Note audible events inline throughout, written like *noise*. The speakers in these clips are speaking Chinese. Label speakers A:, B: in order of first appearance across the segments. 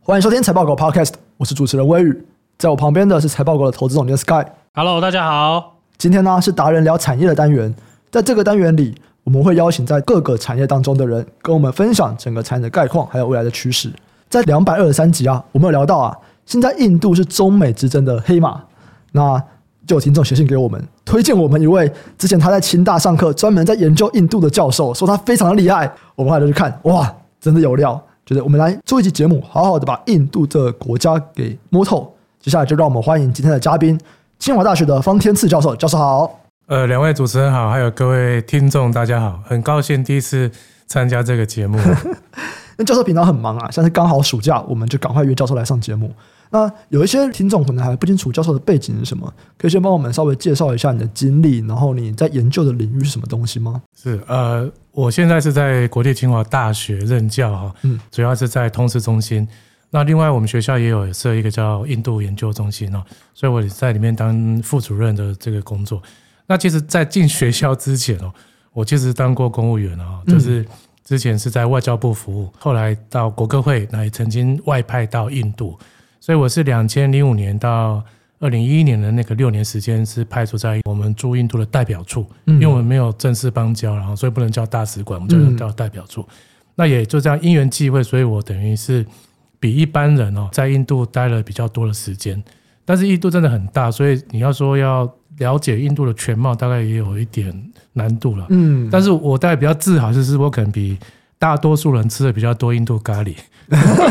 A: 欢迎收听财报狗 Podcast，我是主持人微宇，在我旁边的是财报狗的投资总监 Sky。
B: Hello，大家好。
A: 今天呢是达人聊产业的单元，在这个单元里，我们会邀请在各个产业当中的人，跟我们分享整个产业的概况，还有未来的趋势。在两百二十三集啊，我们有聊到啊，现在印度是中美之争的黑马，那就有听众写信给我们，推荐我们一位之前他在清大上课，专门在研究印度的教授，说他非常的厉害。我们后来就去看，哇，真的有料！就是我们来做一期节目，好好的把印度这个国家给摸透。接下来就让我们欢迎今天的嘉宾，清华大学的方天赐教授，教授好。
C: 呃，两位主持人好，还有各位听众，大家好，很高兴第一次参加这个节目。
A: 那教授平常很忙啊，像是刚好暑假，我们就赶快约教授来上节目。那有一些听众可能还不清楚教授的背景是什么，可以先帮我们稍微介绍一下你的经历，然后你在研究的领域是什么东西吗？
C: 是呃，我现在是在国立清华大学任教哈，
A: 嗯
C: 主要是在通识中心。那另外我们学校也有设一个叫印度研究中心哦，所以我在里面当副主任的这个工作。那其实，在进学校之前哦，我其实当过公务员哦，
A: 嗯
C: 就是之前是在外交部服务，后来到国科会，那也曾经外派到印度，所以我是两千零五年到二零一一年的那个六年时间是派驻在我们驻印度的代表处，
A: 嗯
C: 因为我们没有正式邦交，然后所以不能叫大使馆，我们
A: 嗯
C: 就叫代表处。那也就这样因缘际会，所以我等于是比一般人哦，在印度待了比较多的时间。但是印度真的很大，所以你要说要了解印度的全貌，大概也有一点难度了。
A: 嗯，
C: 但是我大概比较自豪，就是我可能比大多数人吃的比较多印度咖喱。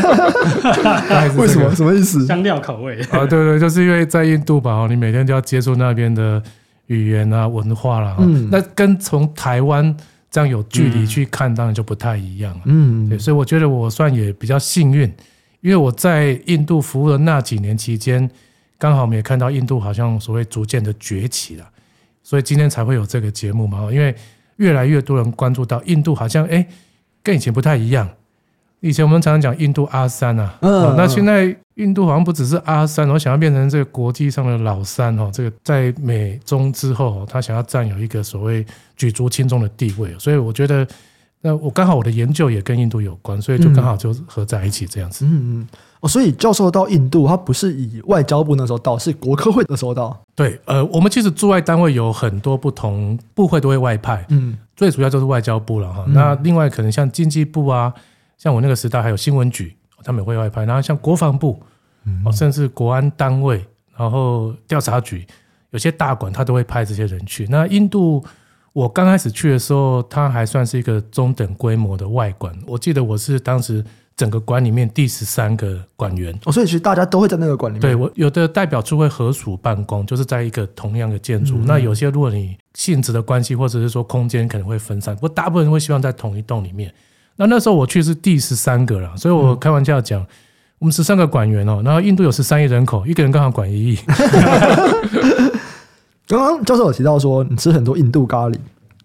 C: 大概是这个
A: 为什么？什么意思？
B: 香料口味，
C: 啊，对对，就是因为在印度吧，哦，你每天都要接触那边的语言啊、文化啦、哦
A: 嗯
C: 那跟从台湾这样有距离去看，当然就不太一样了、
A: 嗯
C: 对，所以我觉得我算也比较幸运，因为我在印度服务的那几年期间，刚好我们也看到印度好像所谓逐渐的崛起了，所以今天才会有这个节目嘛。哦因为越来越多人关注到印度，好像哎跟以前不太一样。以前我们常常讲印度阿三啊，
A: 嗯
C: 哦那
A: 嗯
C: 现在印度好像不只是阿三，我想要变成这个国际上的老三哦。这个在美中之后，哦他想要占有一个所谓举足轻重的地位，哦所以我觉得那我刚好我的研究也跟印度有关，所以就刚好就合在一起这样子。
A: 嗯嗯，哦，所以教授到印度，他不是以外交部那时候到，是国科会的时候到。
C: 对，呃，我们其实驻外单位有很多不同部会都会外派，
A: 嗯
C: 最主要就是外交部了哈。
A: 嗯
C: 那另外可能像经济部啊，像我那个时代还有新闻局，他们也会外派，然后像国防部，哦，甚至国安单位，然后调查局，有些大馆他都会派这些人去。那印度，我刚开始去的时候，它还算是一个中等规模的外馆。我记得我是当时整个馆里面第十三个馆员。
A: 哦，所以其实大家都会在那个馆里面。
C: 对，我有的代表处会合署办公，就是在一个同样的建筑。
A: 嗯
C: 那有些如果你性质的关系，或者是说空间可能会分散，不过大部分人会希望在同一栋里面。那那时候我去是第十三个了，所以我开玩笑讲，我们十三个馆员哦，然后印度有十三亿人口，一个人刚好管
A: *laughs*
C: 一亿。
A: 刚刚教授有提到说你吃很多印度咖喱，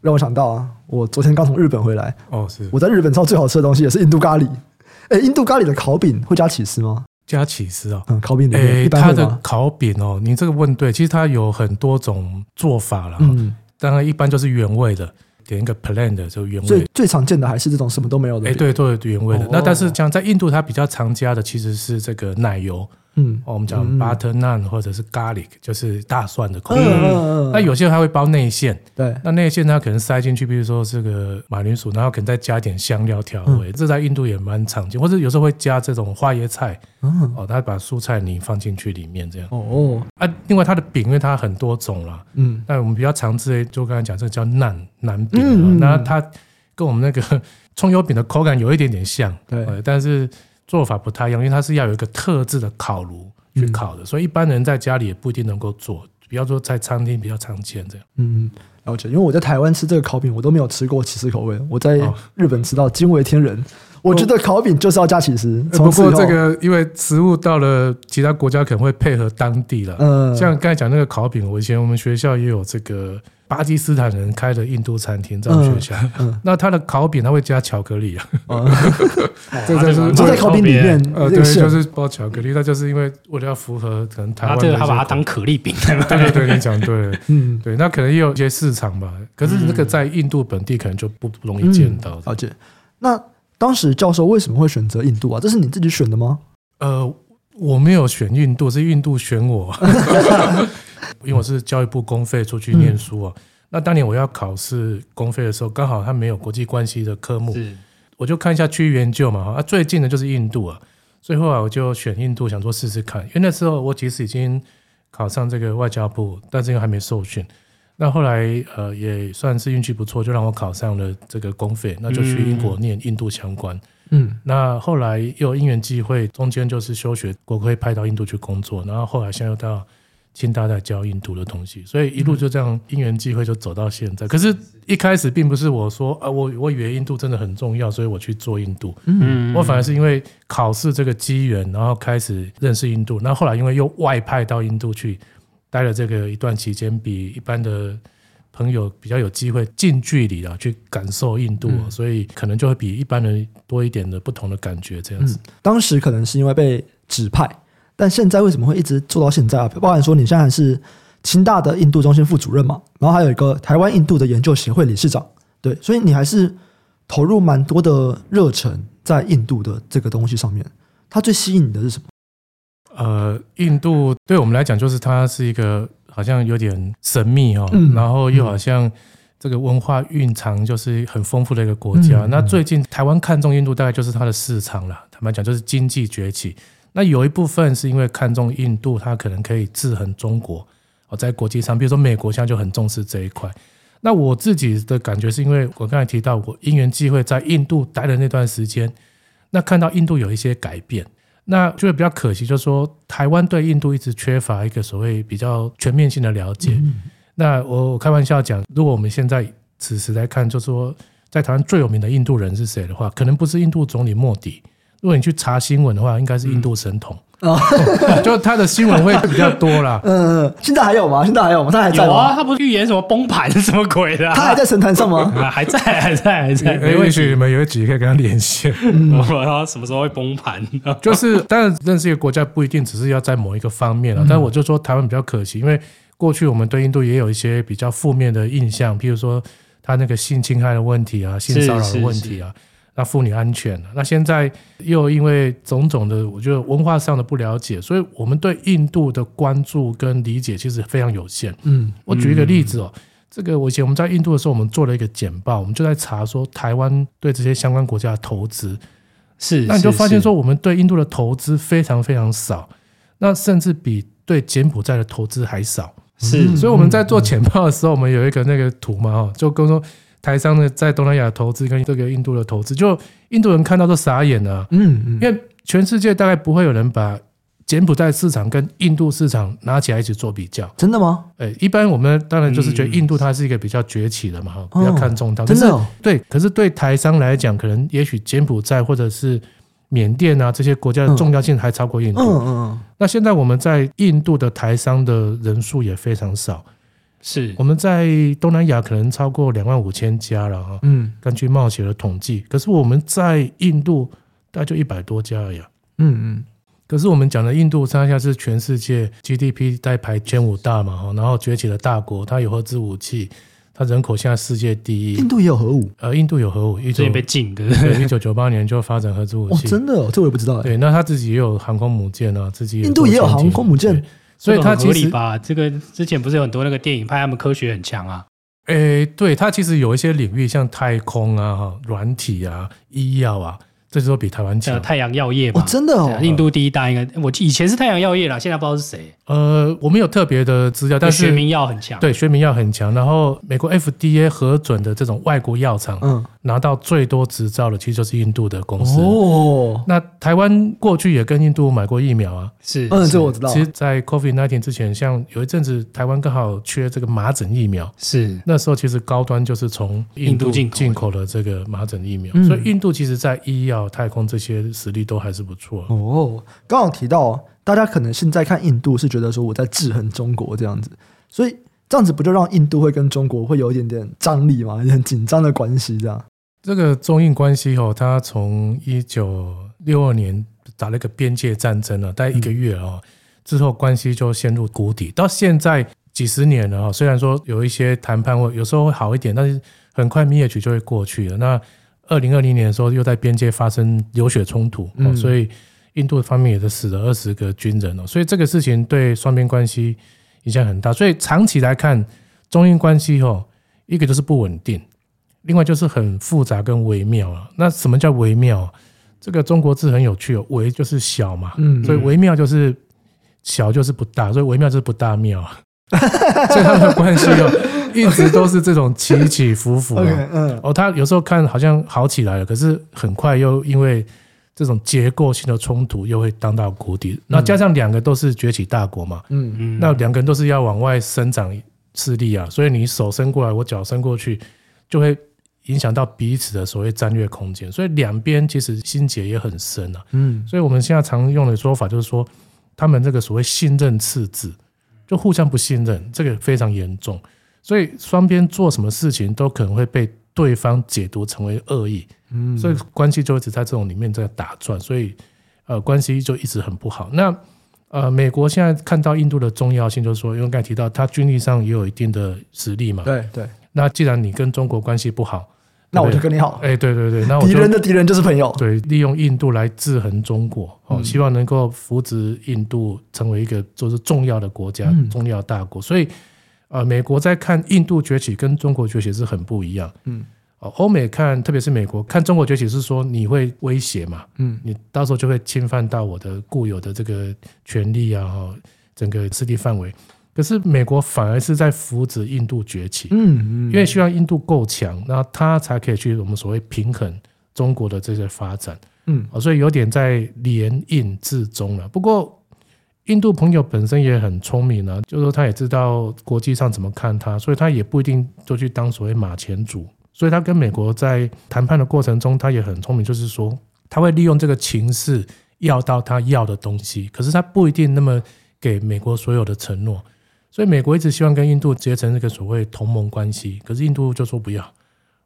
A: 让我想到啊，我昨天刚从日本回来，
C: 哦，是
A: 我在日本吃到最好吃的东西也是印度咖喱。哎，印度咖喱的烤饼会加起司吗？
C: 加起司哦。
A: 嗯，烤饼里面、
C: 诶，
A: 一
C: 它
A: 般会
C: 的
A: 吗？
C: 烤饼哦，你这个问对，其实它有很多种做法啦。
A: 嗯，
C: 当然一般就是原味的，点一个 plain 的就原味
A: 最最常见的还是这种什么都没有的。
C: 哎，，对，做的原味的。
A: 哦
C: 那但是像在印度，它比较常加的其实是这个奶油，
A: 嗯，
C: 哦，我们讲
A: 嗯
C: butter naan 或者是 garlic，就是大蒜的口
A: 嗯
C: 味。
A: 嗯嗯，
C: 那有些它会包内馅，
A: 对，
C: 那内馅它可能塞进去，比如说这个马铃薯，然后可能再加一点香料调
A: 嗯
C: 味，这在印度也蛮常见，或者有时候会加这种花椰菜，
A: 嗯，
C: 哦，它把蔬菜泥放进去里面这样。
A: 哦，
C: 啊，另外它的饼，因为它很多种啦，
A: 嗯，
C: 那我们比较常吃的，就刚才讲这个叫馕馕饼啊
A: 嗯嗯嗯，
C: 那它跟我们那个葱油饼的口感有一点点像，
A: 对，
C: 呃，但是做法不太一样，因为它是要有一个特制的烤炉去烤的，所以一般人在家里也不一定能够做，比方说在餐厅比较常见这样。
A: 嗯，了解。因为我在台湾吃这个烤饼，我都没有吃过起司口味。我在
C: 哦
A: 日本吃到惊为天人，我觉得烤饼就是要加起司。
C: 呃
A: 从
C: 不
A: 此以
C: 过
A: 后
C: 这，个因为食物到了其他国家可能会配合当地了，
A: 嗯，
C: 呃像刚才讲那个烤饼，我以前我们学校也有这个巴基斯坦人开的印度餐厅在我们学校，
A: 嗯
C: 那他的烤饼他会加巧克力啊，
A: 嗯， *laughs*
C: 这
B: 啊
C: 个就是
A: 就在烤饼里面，
C: 呃，
A: 这
C: 对，
A: 个馅
C: 就是包巧克力，那就是因为为了要符合可能台
B: 他
C: 湾
B: 这
C: 的
B: 个
C: 一些
B: 啊他把它当可丽
C: *laughs*
B: 饼，对吧
C: 对对对，你讲对了。
A: 嗯，
C: 对，那可能也有一些市场吧，可是那个在印度本地可能就不不容
A: 嗯
C: 易见到。
A: 了解。那当时教授为什么会选择印度啊？这是你自己选的吗？
C: 呃，我没有选印度，是印度选我，因为我是教育部公费出去念书啊。那当年我要考试公费的时候，刚好他没有国际关系的科目，
B: 是
C: 我就看一下区域研究嘛，哈啊，最近的就是印度啊，所以后来我就选印度，想说试试看，因为那时候我其实已经考上这个外交部，但是因为还没受训。那后来呃也算是运气不错，就让我考上了这个公费，那就去英国念印度相关。
A: 嗯
C: 那后来又因缘际会，中间就是休学，国会派到印度去工作，然后后来现在又到清大在教印度的东西，所以一路就这样因缘际会就走到现在。可是，一开始并不是我说啊，我我以为印度真的很重要，所以我去做印度，
B: 嗯
C: 我反而是因为考试这个机缘，然后开始认识印度，那后来因为又外派到印度去待了这个一段期间，比一般的。朋友比较有机会近距离啊去感受印度、哦，所以可能就会比一般人多一点的不同的感觉这样子
A: 嗯。，当时可能是因为被指派，但现在为什么会一直做到现在啊？包含说你现在还是清大的印度中心副主任嘛，然后还有一个台湾印度的研究协会理事长，对，所以你还是投入蛮多的热忱在印度的这个东西上面。它最吸引你的是什么？
C: 呃，印度对我们来讲，就是它是一个好像有点神秘哦，
A: 嗯
C: 然后又好像这个文化蕴藏就是很丰富的一个国家。
A: 嗯
C: 那最近台湾看中印度，大概就是它的市场了。坦白讲，就是经济崛起。那有一部分是因为看中印度，它可能可以制衡中国哦，在国际上，比如说美国现在就很重视这一块。那我自己的感觉是因为我刚才提到，我因缘际会在印度待的那段时间，那看到印度有一些改变，那就会比较可惜，就是说台湾对印度一直缺乏一个所谓比较全面性的了解。那我我开玩笑讲，如果我们现在此时来看，就是说在台湾最有名的印度人是谁的话，可能不是印度总理莫迪。如果你去查新闻的话，应该是印度
B: *laughs*
C: 神童，
A: 哦
C: 就他的新闻会比较多啦。
A: 嗯、现在还有吗？现在还有吗？他还在
B: 有
A: 吗？
B: 啊，他不是预言什么崩盘 *laughs* 什么鬼的啊、
A: 他还在神坛 *laughs* 上吗？
B: 啊，还在，还在，还在， *laughs* 没
C: 也
B: 问
C: 许
B: 题嗯
C: 你。们有一集可以跟他连线。
B: 我说什么时候会崩盘？ *laughs*
C: *laughs* 就是，当然认识一个国家不一定只是要在某一个方面啊了。但我就说台湾比较可惜，因为过去我们对印度也有一些比较负面的印象，譬如说他那个性侵害的问题啊、性骚扰的问题啊，那妇女安全、啊。那现在又因为种种的，我觉得文化上的不了解，所以我们对印度的关注跟理解其实非常有限。
A: 嗯
C: 我举一个例子哦，这个我以前我们在印度的时候，我们做了一个简报，我们就在查说台湾对这些相关国家的投资。
B: 是，
C: 那你就是发现说，，我们对印度的投资非常非常少，那甚至比对柬埔寨的投资还少。
B: 是
A: 嗯
B: 是
C: 所以我们在做简报的时候，我们有一个那个图嘛，哦，就跟说台商的在东南亚的投资跟这个印度的投资，就印度人看到都傻眼了啊、
A: 嗯嗯，
C: 因为全世界大概不会有人把柬埔寨市场跟印度市场拿起来一起做比较。
A: 真的吗？
C: 哎，一般我们当然就是觉得印度它是一个比较崛起的嘛，哈、比较看重它。
A: 真
C: 可
A: 的
C: 是
A: 哦、
C: 对，可是对台商来讲，可能也许柬埔寨或者是缅甸啊这些国家的重要性还超过印度。
A: 嗯嗯嗯，
C: 那现在我们在印度的台商的人数也非常少，
A: 嗯
B: 是
C: 我们在东南亚可能超过两万五千家了啊，
A: 嗯
C: 根据冒险的统计。可是我们在印度大概就一百多家而已、啊。
A: 嗯
C: 可是我们讲的印度，它现在是全世界 GDP 在排前五大嘛，哈，然后崛起的大国，它有核子武器，它人口现在世界第
A: 嗯，印
C: 一。
A: 度也有核武
C: 呃，印度有核武，一九
B: 最近被禁的，
C: 对，一九九八年就发展核子武
A: 哦，
C: 器。
A: 真的、哦，这我也不知道哎、
C: 对，那他自己也有航空母舰啊，自己
A: 印度也有
C: 做潜
A: 航空母舰
C: 对所以他
B: 这个很合
C: 其
B: 理
C: 实，
B: 吧？这个之前不是有很多那个电影拍他们科学很强啊，
C: 诶，对他其实有一些领域，像太空啊、哈软体啊、医药啊，这些都比台湾
B: 呃，
C: 强。
B: 太阳药业
A: 哦
B: 嘛，，
A: 真的
B: 对啊
A: 哦，
B: 印度第一大应该，我记以前是太阳药业啦，现在不知道是谁，
C: 呃，我们有特别的资料，但
B: 学
C: 是
B: 名啊药很强，，
C: 对学名药很强。然后美国 FDA 核准的这种外国药厂、
A: 嗯
C: 拿到最多执照的，其实就是印度的公司。
A: 哦，
C: 那台湾过去也跟印度买过疫苗啊，
B: 是，
A: 嗯，这我知道，
C: 其实，在 COVID 1 9之前，像有一阵子台湾刚好缺这个麻疹疫苗，
B: 是
C: 那时候其实高端就是从印
B: 印
C: 度
B: 度进口
C: 进口的这个麻疹疫苗，
A: 嗯
C: 所以印度其实在医药、太空这些实力都还是不错。
A: 哦，刚好提到，大家可能现在看印度是觉得说我在制衡中国这样子，所以这样子不就让印度会跟中国会有一点点张力嘛，有点紧张的关系这样。
C: 这个中印关系哦，它从一九六二年打了一个边界战争了、大概一个月哦，之后关系就陷入谷底，到现在几十年了哦。虽然说有一些谈判会有时候会好一点，但是很快蜜月期就会过去了。那二零二零年的时候，又在边界发生流血冲突、哦，
A: 嗯
C: 所以印度方面也是死了二十个军人哦，所以这个事情对双边关系影响很大。所以长期来看，中印关系哦，一个就是不稳定，另外就是很复杂跟微妙啊。那什么叫微妙？啊这个中国字很有趣哦，微就是小嘛，
A: 嗯
C: 所以微妙就是小就是不大，所以微妙就是不大妙啊。 *laughs* 所以他们的关系哦，一直都是这种起起伏伏、
A: *laughs*
C: 哦。
A: ，OK，嗯，
C: 哦，他有时候看好像好起来了，可是很快又因为这种结构性的冲突又会当到谷底。那加上两个都是崛起大国嘛，
A: 嗯，
B: 嗯，
C: 那两个人都是要往外生长势力啊，所以你手伸过来，我脚伸过去，就会影响到彼此的所谓战略空间。所以两边其实心结也很深啊。
A: 嗯，
C: 所以我们现在常用的说法就是说，他们这个所谓信任赤字，就互相不信任，这个非常严重。所以双边做什么事情都可能会被对方解读成为恶意，嗯，所以关系就一直在这种里面在打转，所以呃关系就一直很不好。那呃，美国现在看到印度的重要性，就是说，因为刚才提到它军力上也有一定的实力嘛。
A: 对对，
C: 那既然你跟中国关系不好，
A: 那我就
C: 对不对
A: 跟你好，
C: 哎，对对对，那我
A: 敌
C: 就
A: 人的敌人就是朋友，
C: 对，利用印度来制衡中国，
A: 嗯
C: 哦，希望能够扶植印度成为一个就是重要的国家、
A: 嗯
C: 重要大国。所以，呃，美国在看印度崛起跟中国崛起是很不一样。
A: 嗯，
C: 哦，欧美看，特别是美国看中国崛起是说你会威胁嘛，
A: 嗯，
C: 你到时候就会侵犯到我的固有的这个权利啊，哦，整个势力范围。可是美国反而是在扶植印度崛起，
A: 嗯嗯，
C: 因为希望印度够强，那它才可以去我们所谓平衡中国的这些发展。
A: 嗯
C: 哦，所以有点在联印至中了。不过，印度朋友本身也很聪明啊，就是说他也知道国际上怎么看他，所以他也不一定就去当所谓马前卒。所以他跟美国在谈判的过程中，他也很聪明，就是说他会利用这个情势要到他要的东西，可是他不一定那么给美国所有的承诺。所以美国一直希望跟印度结成这个所谓同盟关系，可是印度就说不要，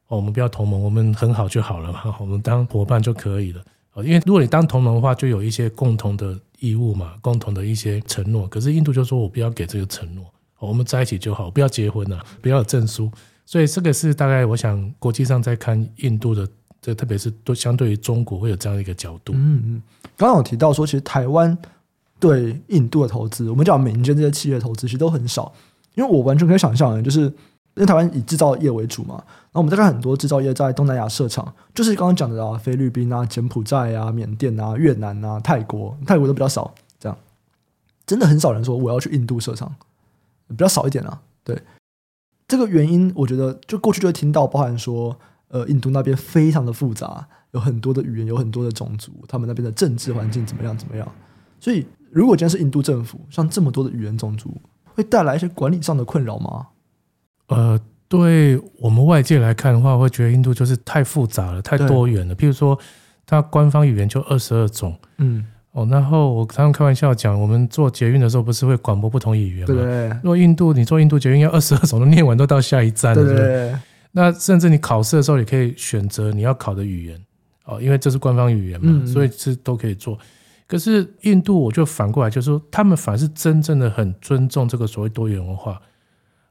C: 哦，我们不要同盟，我们很好就好了嘛，我 *laughs* 们当伙伴就可以了。哦，因为如果你当同盟的话，就有一些共同的义务嘛，共同的一些承诺。可是印度就说我不要给这个承诺，哦我们在一起就好，不要结婚啊，不要有证书。所以这个是大概我想国际上在看印度的，这特别是对相对于中国会有这样一个角度。
A: 嗯嗯，刚刚有提到说，其实台湾对印度的投资，我们讲民间这些企业的投资其实都很少，因为我完全可以想象，就是因为台湾以制造业为主嘛，然后我们再看很多制造业在东南亚设厂，就是刚刚讲的啊，菲律宾啊、柬埔寨啊、缅甸啊、越南啊、泰国，泰国都比较少，这样真的很少人说我要去印度设厂，比较少一点啊，对。这个原因，我觉得就过去就会听到，包含说，呃，印度那边非常的复杂，有很多的语言，有很多的种族，他们那边的政治环境怎么样怎么样。所以，如果今天是印度政府，像这么多的语言种族，会带来一些管理上的困扰吗？
C: 呃，对我们外界来看的话，会觉得印度就是太复杂了，太
A: 对
C: 多元了。譬如说，它官方语言就二十二种。
A: 嗯，
C: 哦，然后我常常开玩笑讲，我们做捷运的时候不是会广播不同语言吗？
A: 对对
C: 如果印度你做印度捷运要二十二种都念完，都到下一站了，
A: 对
C: 对
A: 对
C: 不对？
A: 对，
C: 那甚至你考试的时候，你可以选择你要考的语言哦，因为这是官方语言嘛，
A: 嗯嗯
C: 所以是都可以做。可是印度，我就反过来就是说，他们反而是真正的很尊重这个所谓多元文化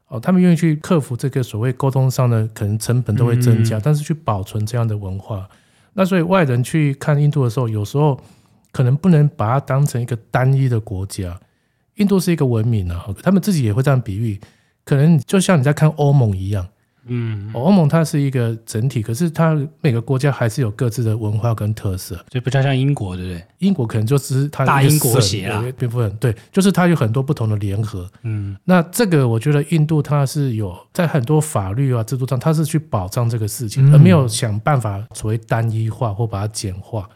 C: 哦，他们愿意去克服这个所谓沟通上的可能成本都会增加，
B: 嗯
C: 但是去保存这样的文化。那所以外人去看印度的时候，有时候可能不能把它当成一个单一的国家。印度是一个文明啊，他们自己也会这样比喻，可能就像你在看欧盟一样。
B: 嗯，
C: 哦欧盟它是一个整体，可是它每个国家还是有各自的文化跟特色。
B: 就不太像英国，对不对？
C: 英国可能就只是它
B: 大
C: 一个
B: 英国
C: 省
B: 协啊
C: 有一个蝙蝠很对，就是它有很多不同的联合。
B: 嗯
C: 那这个我觉得印度它是有在很多法律啊制度上，它是去保障这个事情，
A: 嗯
C: 而没有想办法所谓单一化或把它简化。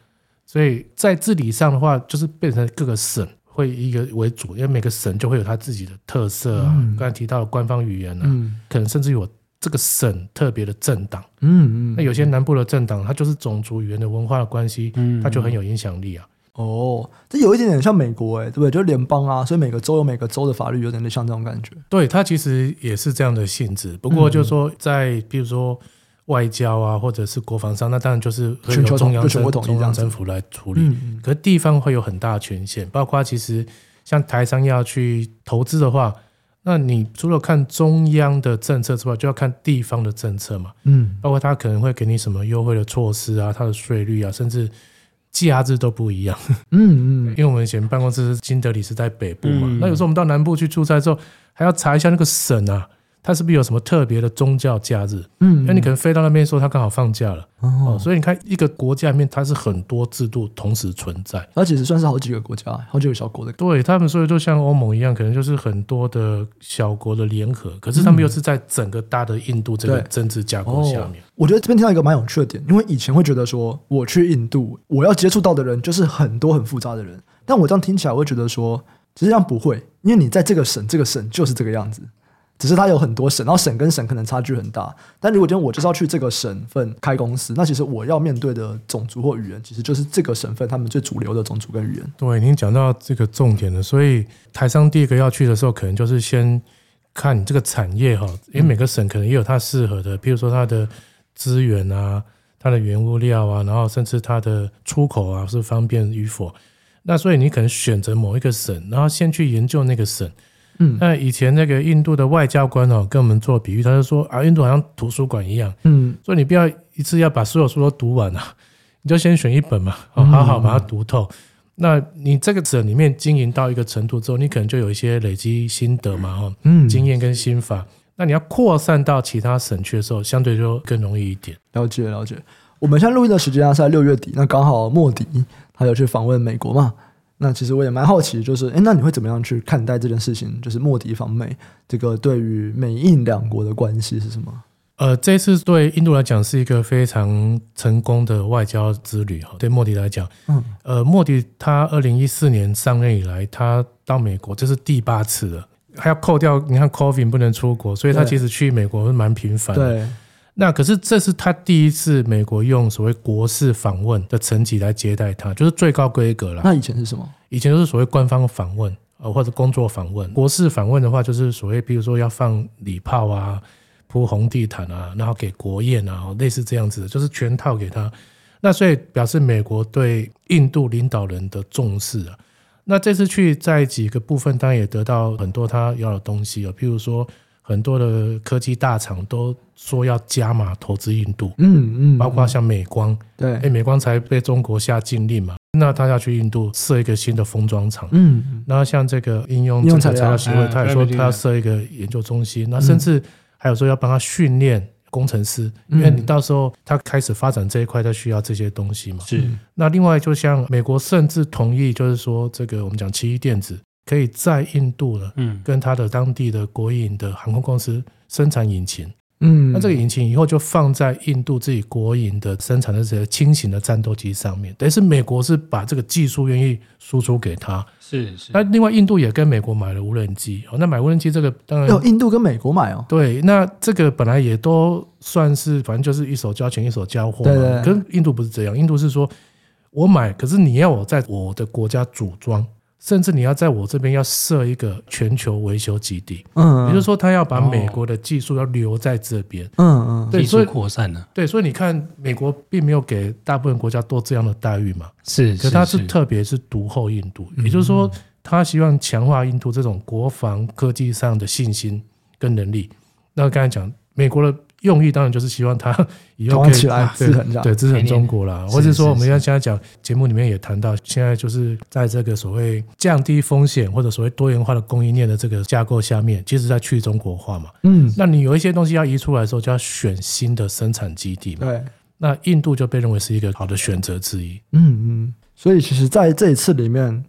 C: 所以在治理上的话，就是变成各个省会以一个为主，因为每个省就会有它自己的特色啊。
A: 嗯
C: 刚才提到的官方语言啊，
A: 嗯
C: 可能甚至有这个省特别的政党。
A: 嗯嗯，
C: 那有些南部的政党，它就是种族、语言的文化的关系，
B: 嗯，
C: 它就很有影响力啊。
A: 哦，这有一点点像美国哎、对不对？就是联邦啊，所以每个州有每个州的法律，有点点像这种感觉。
C: 对，它其实也是这样的性质。不过
A: 嗯
C: 就是说，在比如说外交啊，或者是国防上，那当然就是会
A: 全球统
C: 由中央
A: 就全
C: 政
A: 国统一
C: 中
A: 这
C: 央
A: 样子
C: 政府来处理。
A: 嗯
C: 可是地方会有很大的权限，包括其实像台商要去投资的话，那你除了看中央的政策之外，就要看地方的政策嘛。
A: 嗯
C: 包括他可能会给你什么优惠的措施啊，他的税率啊，甚至假日都不一样。
A: 嗯嗯
C: 因为我们以前办公室是新德里是在北部嘛，
B: 嗯
C: 那有时候我们到南部去出差之后，还要查一下那个省啊，它是不是有什么特别的宗教假日？
A: 嗯，
C: 哎那、你可能飞到那边说它刚好放假了哦，
A: 哦，
C: 所以你看一个国家里面它是很多制度同时存在。
A: 它其实算是好几个国家，好几个小国的。
C: 对他们，所以就像欧盟一样，可能就是很多的小国的联合，可是他们又是在整个大的印度这个
A: 对
C: 政治架构下面。
A: 我觉得这边听到一个蛮有趣的点，因为以前会觉得说，我去印度，我要接触到的人就是很多很复杂的人，但我这样听起来，我会觉得说，其实这样不会，因为你在这个省，这个省就是这个样子，只是它有很多省，然后省跟省可能差距很大。但如果今天我就是要去这个省份开公司，那其实我要面对的种族或语言，其实就是这个省份他们最主流的种族跟语言。
C: 对，您讲到这个重点了，所以台商第一个要去的时候，可能就是先看你这个产业哈，因为每个省可能也有它适合的，譬如说它的资源啊、它的原物料啊，然后甚至它的出口啊是方便与否。那所以你可能选择某一个省，然后先去研究那个省。
A: 嗯
C: 那以前那个印度的外交官哦，跟我们做比喻，他就说啊，印度好像图书馆一样，
A: 嗯
C: 所以你不要一次要把所有书都读完啊， *laughs* 你就先选一本嘛，哦、好好把它读透。那你这个省里面经营到一个程度之后，你可能就有一些累积心得嘛，哈、
A: 嗯
C: 经验跟心法。那你要扩散到其他省区的时候，相对就更容易一点。
A: 了解了解。我们现在录音的时间啊是在六月底，那刚好莫迪他有去访问美国嘛？那其实我也蛮好奇，就是诶，那你会怎么样去看待这件事情？就是莫迪访美，这个对于美印两国的关系是什么？
C: 呃，这次对印度来讲是一个非常成功的外交之旅哈。对莫迪来讲，
A: 嗯，
C: 呃，莫迪他二零一四年上任以来，他到美国这是第八次了，还要扣掉你看 COVID 不能出国，所以他
A: 对
C: 其实去美国是蛮频繁的。
A: 对，
C: 那可是这是他第一次美国用所谓国事访问的层级来接待他，就是最高规格啦。
A: 那以前是什么？
C: 以前都是所谓官方访问，呃，或者工作访问。国事访问的话，就是所谓比如说要放礼炮啊、铺红地毯啊，然后给国宴啊，哦类似这样子的，就是全套给他。那所以表示美国对印度领导人的重视啊。那这次去在几个部分，当然也得到很多他要的东西啊，譬如说很多的科技大厂都说要加码投资印度，
A: 嗯嗯，
C: 包括像美光，哎，
A: 对，
C: 美光才被中国下禁令嘛，那他要去印度设一个新的封装厂。
A: 嗯，
C: 然后像这个应用
A: 应用
C: 这个
A: 材
C: 材
A: 料
C: 料协会，
B: 嗯
C: 他也说
B: 对
C: 他要设一个研究中心，那甚至还有说要帮他训练工程师，因为
A: 嗯
C: 你到时候他开始发展这一块，他需要这些东西嘛。
B: 是
A: 嗯
C: 那另外，就像美国甚至同意，就是说这个我们讲奇异电子可以在印度呢，
B: 嗯
C: 跟它的当地的国营的航空公司生产引擎。
A: 嗯，
C: 那这个引擎以后就放在印度自己国营的生产的这些轻型的战斗机上面，等于是美国是把这个技术愿意输出给他。
B: 是是
C: 那，另外，印度也跟美国买了无人机。哦，那买无人机这个当然
A: 哦，印度跟美国买哦，
C: 对，那这个本来也都算是，反正就是一手交钱一手交货嘛。
A: 对对对
C: 可是印度不是这样，印度是说我买，可是你要我在我的国家组装，甚至你要在我这边要设一个全球维修基地，
A: 嗯，
C: 也就是说，他要把
B: 哦
C: 美国的技术要留在这边。
A: 嗯嗯，
C: 对
B: 技
C: 所以
B: 术扩散呢，
C: 对，所以你看，美国并没有给大部分国家多这样的待遇嘛。
B: 是，
C: 可是它是特别是独后印度，也就是说，
A: 嗯
C: 他希望强化印度这种国防科技上的信心跟能力。那刚才讲，美国的用意当然就是希望它 *laughs* 以后
A: 团
C: 可以
A: 起来
C: 啊对
A: 制衡这样
C: 对支援中国啦，
B: 是
C: 或者说我们
B: 是
C: 要现在讲节目里面也谈到，现在就是在这个所谓降低风险或者所谓多元化的供应链的这个架构下面，其实在去中国化嘛。
A: 嗯，
C: 那你有一些东西要移出来的时候，就要选新的生产基地嘛。
A: 对，
C: 那印度就被认为是一个好的选择之一。
A: 嗯嗯，所以其实在这一次里面，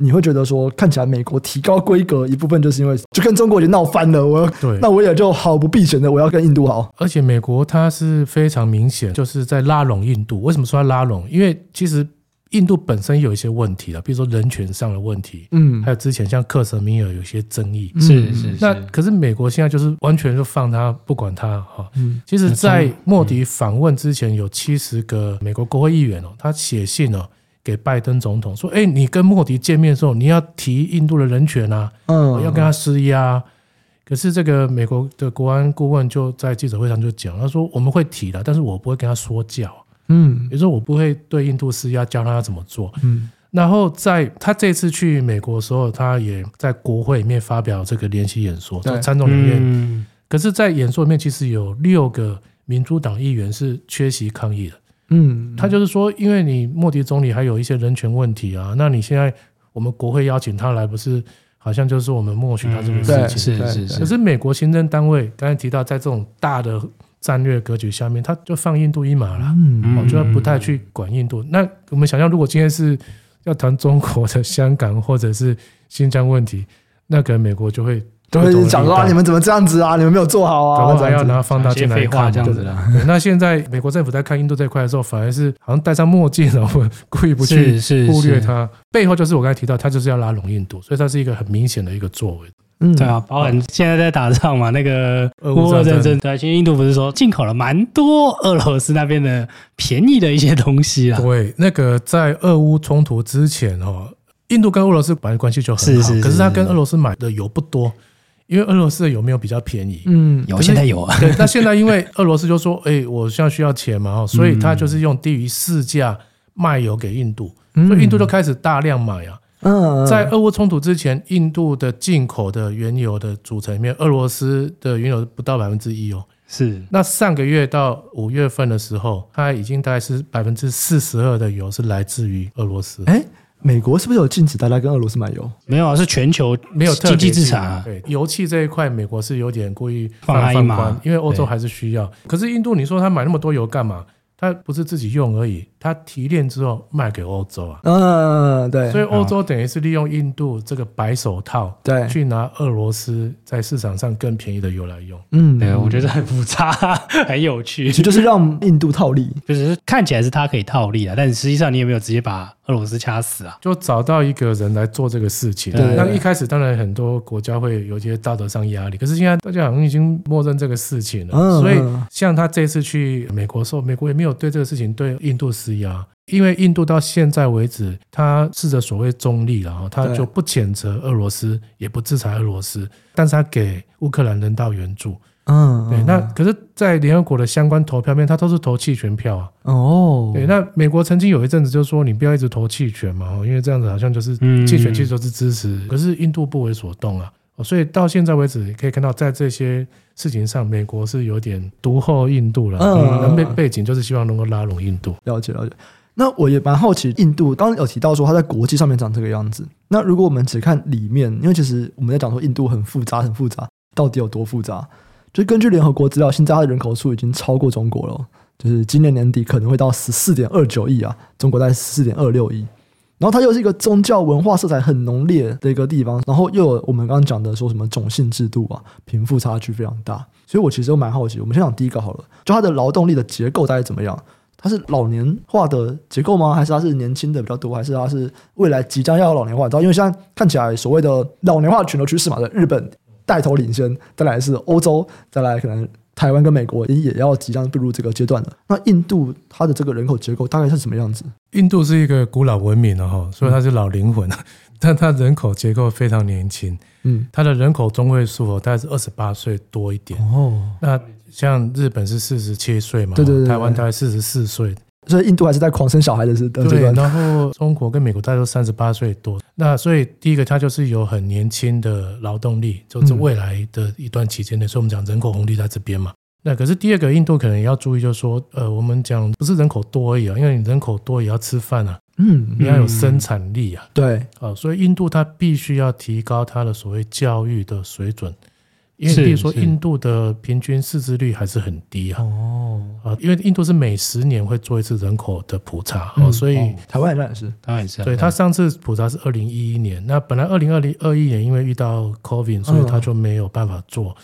A: 你会觉得说，看起来美国提高规格一部分就是因为就跟中国已经闹翻了，我要
C: 对，
A: 那我也就毫不避嫌的，我要跟印度好。
C: 而且美国它是非常明显，就是在拉拢印度。为什么说它拉拢？因为其实印度本身有一些问题了，比如说人权上的问题，
A: 嗯
C: 还有之前像克什米尔有一些争议。
B: 是是
C: 那
B: 是，
C: 可是美国现在就是完全就放他不管他哈。
A: 嗯
C: 其实，在莫迪访问之前，有七十个美国国会议员哦，他写信哦给拜登总统说：“哎，你跟莫迪见面的时候，你要提印度的人权啊，
A: 嗯，
C: 要跟他施压。可是这个美国的国安顾问就在记者会上就讲，他说我们会提的，但是我不会跟他说教，
A: 嗯
C: 也就是我不会对印度施压，教他要怎么做。
A: 嗯
C: 然后在他这次去美国的时候，他也在国会里面发表这个联席演说，
A: 对
C: 在参众两院。
B: 嗯
C: 可是，在演说里面其实有六个民主党议员是缺席抗议的，
A: 嗯，
C: 他就是说，因为你莫迪总理还有一些人权问题啊，那你现在我们国会邀请他来，不是好像就是我们默许他这个
B: 嗯
C: 事
A: 对
C: 情？
B: 是
A: 对
B: 是
A: 对
C: 可
B: 是，
C: 是美国行政单位刚才提到，在这种大的战略格局下面，他就放印度一马了，
A: 嗯
C: 我觉得不太去管印度。那我们想象，如果今天是要谈中国的香港或者是新疆问题，那可能美国就会
A: 都会讲说啊，你们怎么这样子啊？你们没有做好
C: 搞不
A: 啊，
C: 好
A: 这
C: 还要
A: 样子。
C: 拿放大
B: 讲些
C: 镜来
B: 废话
C: 看
B: 这样子啦，
C: 对那现在美国政府在看印度这一块的时候，反而是好像戴上墨镜，然后故意不去
B: 是是
C: 忽略
B: 是
C: 它。背后就是我刚才提到，它就是要拉拢印度，所以它是一个很明显的一个作为。
A: 嗯，
B: 对啊，包含现在在打仗嘛，那个
C: 俄乌
B: 乌俄
C: 战
B: 战
C: 争
B: 争，对，其实印度不是说进口了蛮多俄罗斯那边的便宜的一些东西啦，
C: 对，那个在俄乌冲突之前哦，印度跟俄罗斯本来关系就很
B: 是
C: 好，
B: 是是
C: 可是它跟
B: 是
C: 俄罗斯买的油不多，因为俄罗斯的油没有比较便宜。
A: 嗯，
B: 有
C: 可是
B: 现在有啊，
C: 对，那现在因为俄罗斯就说，哎、我现在需要钱嘛，哦
B: 嗯
C: 所以它就是用低于市价卖油给印度，所以印度就开始大量买啊。
A: 嗯，
C: 在俄乌冲突之前，印度的进口的原油的组成里面，俄罗斯的原油不到百分之一哦。
B: 是
C: 那上个月到五月份的时候，它已经大概是百分之四十二的油是来自于俄罗斯，
A: 哎，美国是不是有禁止大家跟俄罗斯买油？
B: 没有啊，是全球
C: 没有特
B: 经
C: 别
B: 济
C: 性
B: 制裁啊，
C: 对，油气这一块，美国是有点故意
B: 放
C: 放
B: 它一马
C: 宽，因为欧洲
B: 对
C: 还是需要。可是印度，你说他买那么多油干嘛？他不是自己用而已，他提炼之后卖给欧洲啊。
A: 嗯，对，
C: 所以
B: 啊
C: 欧洲等于是利用印度这个白手套，
A: 对
C: 去拿俄罗斯在市场上更便宜的油来用。
A: 嗯，
B: 对，我觉得很复杂， *laughs* 很有趣
A: 其。实就是让印度套利。
B: 就是看起来是它可以套利啊，但实际上你有没有直接把俄罗斯掐死啊？
C: 就找到一个人来做这个事情。
B: 对
C: 那一开始当然很多国家会有一些道德上压力，可是现在大家好像已经默认这个事情了。
A: 嗯
C: 所以
A: 嗯
C: 像他这次去美国的时候，美国也没有对这个事情对印度施压。因为印度到现在为止，他试着所谓中立了哦，然后他
A: 对
C: 就不谴责俄罗斯，也不制裁俄罗斯，但是他给乌克兰人道援助。
A: 嗯，
C: 对，那可是，在联合国的相关投票面，他都是投弃权票啊。
A: 哦，
C: 对，那美国曾经有一阵子就说你不要一直投弃权嘛，哦因为这样子好像就是
B: 嗯
C: 弃权其实都是支持，可是印度不为所动啊，哦所以到现在为止你可以看到，在这些事情上，美国是有点独后印度了，
A: 嗯
C: 嗯，背背景就是希望能够拉拢印度。
A: 了解了解。那我也蛮好奇，印度刚刚有提到说它在国际上面长这个样子。那如果我们只看里面，因为其实我们在讲说印度很复杂，很复杂，到底有多复杂？就是根据联合国资料，现在它的人口数已经超过中国了哦，就是今年年底可能会到十四点二九亿啊，中国在十四点二六亿。然后它又是一个宗教文化色彩很浓烈的一个地方，然后又有我们刚刚讲的说什么种姓制度啊，贫富差距非常大。所以我其实都蛮好奇，我们先讲第一个好了，就它的劳动力的结构大概怎么样？它是老年化的结构吗？还是它是年轻的比较多？还是它是未来即将要老年化？你知道，因为现在看起来所谓的老年化全球趋势嘛，在日本带头领先，再来是欧洲，再来可能台湾跟美国也也要即将步入这个阶段了。那印度它的这个人口结构大概是什么样子？
C: 印度是一个古老文明了哈，所以它是老灵魂，啊 *laughs* 但它人口结构非常年轻，
A: 嗯，
C: 它的人口中位数哦大概是二十八岁多一点。
A: 哦，
C: 那像日本是四十七岁嘛，
A: 对对对对
C: 台湾大概四十四岁，
A: 所以印度还是在狂生小孩的是的阶 *laughs*
C: 对，
A: 段。
C: 然后中国跟美国大概都三十八岁多，那所以第一个它就是有很年轻的劳动力，就是
A: 嗯
C: 未来的一段期间内，所以我们讲人口红利在这边嘛。那可是第二个，印度可能也要注意，就是说，呃，我们讲不是人口多而已啊，因为你人口多也要吃饭啊，
A: 嗯，
C: 你要有生产力啊，
A: 对，
C: 啊，所以印度它必须要提高它的所谓教育的水准，因为比如说
B: 是是
C: 印度的平均识字率还是很低啊，
A: 哦，
C: 啊，因为印度是每十年会做一次人口的普查，哦，
A: 嗯
C: 所以
A: 台湾也是，
B: 当然是啊
C: 对他上次普查是二零一一年，那本来二零二零二一年因为遇到 COVID，所以
A: 嗯
C: 他就没有办法做。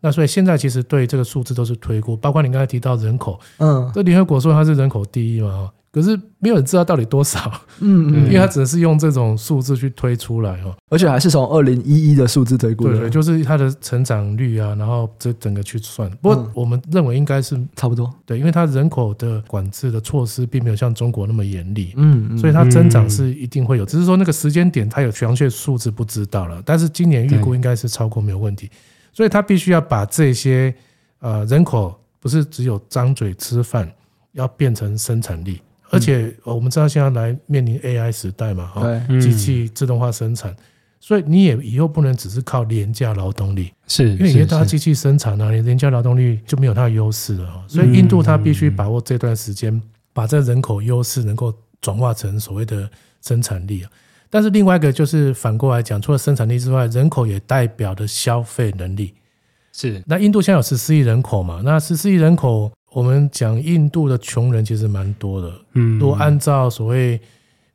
C: 那所以现在其实对这个数字都是推估，包括你刚才提到人口，
A: 嗯
C: 这联合国说它是人口第一嘛，哦可是没有人知道到底多少，
A: 嗯
C: 因
A: 嗯，
C: 为它只是用这种数字去推出来哦。
A: 而且还是从二零一一的数字推估
C: 对
A: 的，
C: 对，就是它的成长率啊，然后这整个去算。不过
A: 嗯
C: 我们认为应该是
A: 差不多。
C: 对，因为它人口的管制的措施并没有像中国那么严厉，
A: 嗯，嗯
C: 所以它增长是一定会有，只是说那个时间点它有详确数字不知道了，但是今年预估应该是超过没有问题，所以它必须要把这些呃人口不是只有张嘴吃饭，要变成生产力，而且呃我们知道现在来面临 AI 时代嘛，哈，
A: 嗯对，
B: 嗯
C: 机器自动化生产。所以你也以后不能只是靠廉价劳动力，
B: 嗯是，
C: 因为你
B: 是
C: 大家
B: 是
C: 机器
B: 嗯
C: 生产啊，你廉价劳动力就没有它的优势了哦。所以印度它必须把握这段时间，把这人口优势能够转化成所谓的生产力啊。但是另外一个就是反过来讲，除了生产力之外，人口也代表的消费能力。
B: 是
C: 那印度现在有十四亿人口嘛？那十四亿人口，我们讲印度的穷人其实蛮多的。
B: 嗯
C: 如果按照所谓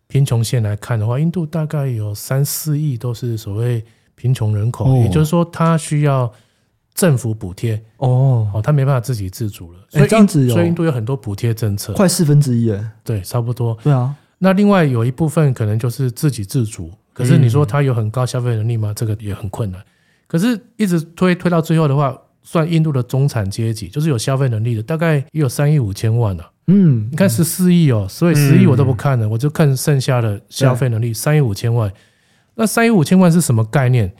C: 贫穷线来看的话，印度大概有三四亿都是所谓贫穷人口，
B: 哦
C: 也就是说，他需要政府补贴
A: 哦，
C: 哦，他没办法自给自足了。
A: 哎
C: 所以
A: 这样子
C: 印
A: 有
C: 所以印度有很多补贴政策，
A: 快四分之一耶。
C: 对，差不多。
A: 对啊，
C: 那另外有一部分可能就是自给自足，可是你说他有很高消费能力吗？这个也很困难。可是一直推推到最后的话，算印度的中产阶级，就是有消费能力的，大概也有三亿五千万啊了、
A: 嗯
C: 你，看十四亿哦，所以十亿我都不看了，我就看剩下的消费能力三亿五千万。那三亿五千万是什么概念？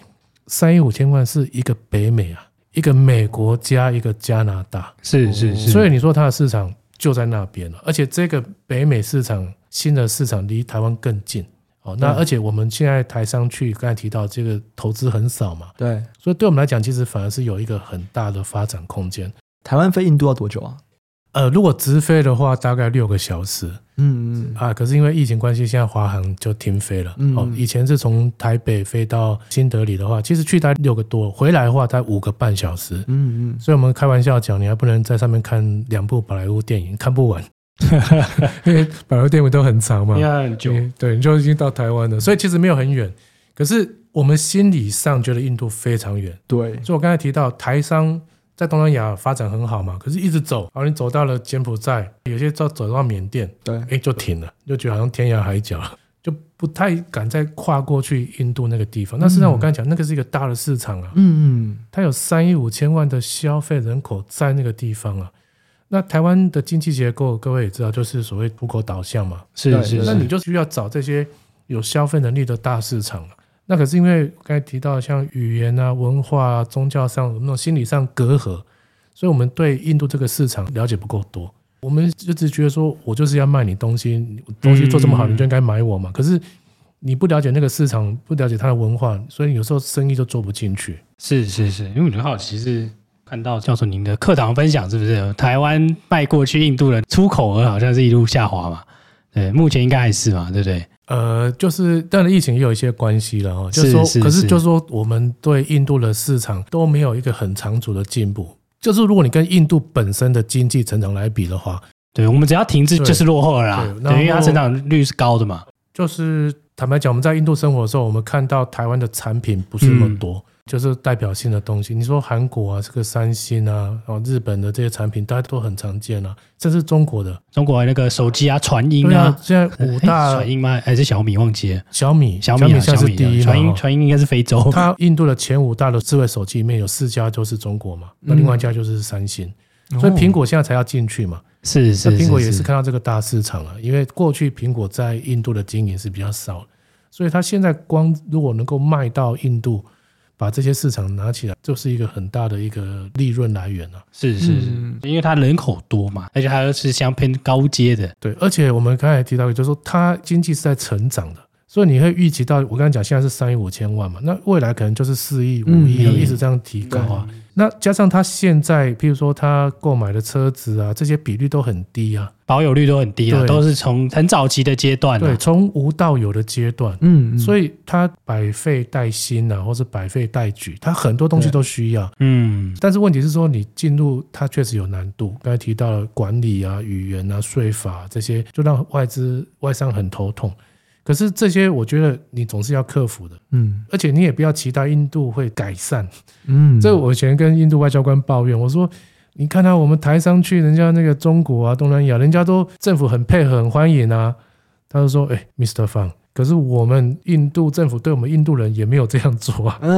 C: 三亿五千万是一个北美啊，一个美国加一个加拿大，
B: 是是是，
C: 所
B: 以
C: 以你说它的市场就在那边了，而且这个北美市场新的市场离台湾更近哦。那
A: 嗯
C: 而且我们现在台商去，刚才提到这个投资很少嘛，
A: 对，
C: 所以对我们来讲，其实反而是有一个很大的发展空间。
A: 台湾飞印度要多久啊？
C: 呃，如果直飞的话，大概六个小时
A: 嗯嗯
C: 啊。可是因为疫情关系，现在华航就停飞了。
A: 嗯
C: 哦，以前是从台北飞到新德里的话，其实去大概六个多，回来的话大概五个半小时。
A: 嗯嗯，
C: 所以我们开玩笑讲，你还不能在上面看两部宝莱坞电影，看不
A: *laughs*
C: 完，因为宝莱坞电影都很长嘛。
B: 要很久，
C: 嗯对，你就已经到台湾了，所以其实没有很远。可是我们心理上觉得印度非常远，
A: 对，
C: 所以我刚才提到台商在东南亚发展很好嘛，可是一直走，然后你走到了柬埔寨，有些走走到缅甸，
A: 对，
C: 哎，就停了，就觉得好像天涯海角了，就不太敢再跨过去印度那个地方。那实际上我刚才讲，那个是一个大的市场啊，
A: 嗯嗯，
C: 它有三亿五千万的消费人口在那个地方啊。那台湾的经济结构，各位也知道，就是所谓出口导向嘛。
B: 是
A: 对
B: 是
A: 对
C: 那
B: 是
C: 你就需要找这些有消费能力的大市场了。那可是因为刚才提到像语言啊、文化啊、宗教上那种心理上隔阂，所以我们对印度这个市场了解不够多。我们就只觉得说，我就是要卖你东西，你东西做这么好，
B: 嗯
C: 你就应该买我嘛。可是你不了解那个市场，不了解它的文化，所以有时候生意就做不进去。
B: 是是是，因为我很好奇是看到教授您的课堂分享，是不是台湾卖过去印度的出口额好像是一路下滑嘛？对，目前应该还是嘛，对不对？
C: 呃，就是当然疫情也有一些关系了哈，就是说，
B: 是
C: 可是
B: 是
C: 就是说，我们对印度的市场都没有一个很长足的进步。就是如果你跟印度本身的经济成长来比的话，
B: 对，我们只要停滞
C: 对
B: 就是落后了啦，
C: 对然
B: 对，
C: 后
B: 因为它生长率是高的嘛。
C: 就是坦白讲，我们在印度生活的时候，我们看到台湾的产品不是那
B: 嗯
C: 么多，就是代表性的东西。你说韩国啊，这个三星啊，然后日本的这些产品，大家都很常见啊，甚至中国的，
B: 中国那个手机啊、传音
C: 对啊
B: 啊，，
C: 现在五
B: 诶
C: 大
B: 传音吗？还哎是小米？忘记了，
C: 小米，
B: 小
C: 米
B: 米啊，小
C: 现在是
B: 米
C: 第一
B: 啊
C: 嘛哦
B: 传音
C: 哈
B: 传音应该是非洲。
C: 它印度的前五大的智慧手机里面有四家都是中国嘛，
B: 嗯
C: 那另外一家就是三星，
A: 嗯
C: 所
A: 哦
C: 以苹果现在才要进去嘛。
B: 是
C: 那
B: 哦是，
C: 苹果也是看到这个大市场了，因为过去苹果在印度的经营是比较少的，所以它现在光如果能够卖到印度，把这些市场拿起来，就是一个很大的一个利润来源啊。
B: 是是是，
A: 嗯
B: 因为它人口多嘛，而且它又是相偏高阶的，
C: 对，而且我们刚才提到，就是说它经济是在成长的，所以你会预期到，我刚才讲现在是三亿五千万嘛，那未来可能就是四亿、五亿，
A: 嗯
C: 一直这样提高啊。那加上它现在，譬如说它购买的车子啊，这些比率都很低啊，
B: 保有率都很低了，啊
C: 对
B: 都是从很早期的阶段啊
C: 对，
B: 了。
C: 从无到有的阶段。
A: 嗯，
C: 所
A: 以
C: 以它百废待兴啊，或是百废待举，它很多东西
A: 对
C: 都需要。
B: 嗯，
C: 但是问题是说，你进入它确实有难度。刚才提到了管理啊、语言啊、税法、这些，就让外资外商很头痛。可是这些，我觉得你总是要克服的，
A: 嗯
C: 而且你也不要期待印度会改善。
A: 嗯，
C: 这我以前跟印度外交官抱怨，我说。你看到、我们台商去人家那个中国啊、东南亚，人家都政府很配合、很欢迎啊。他就说：“哎、m r Fang，可是我们印度政府对我们印度人也没有这样做啊，
A: 嗯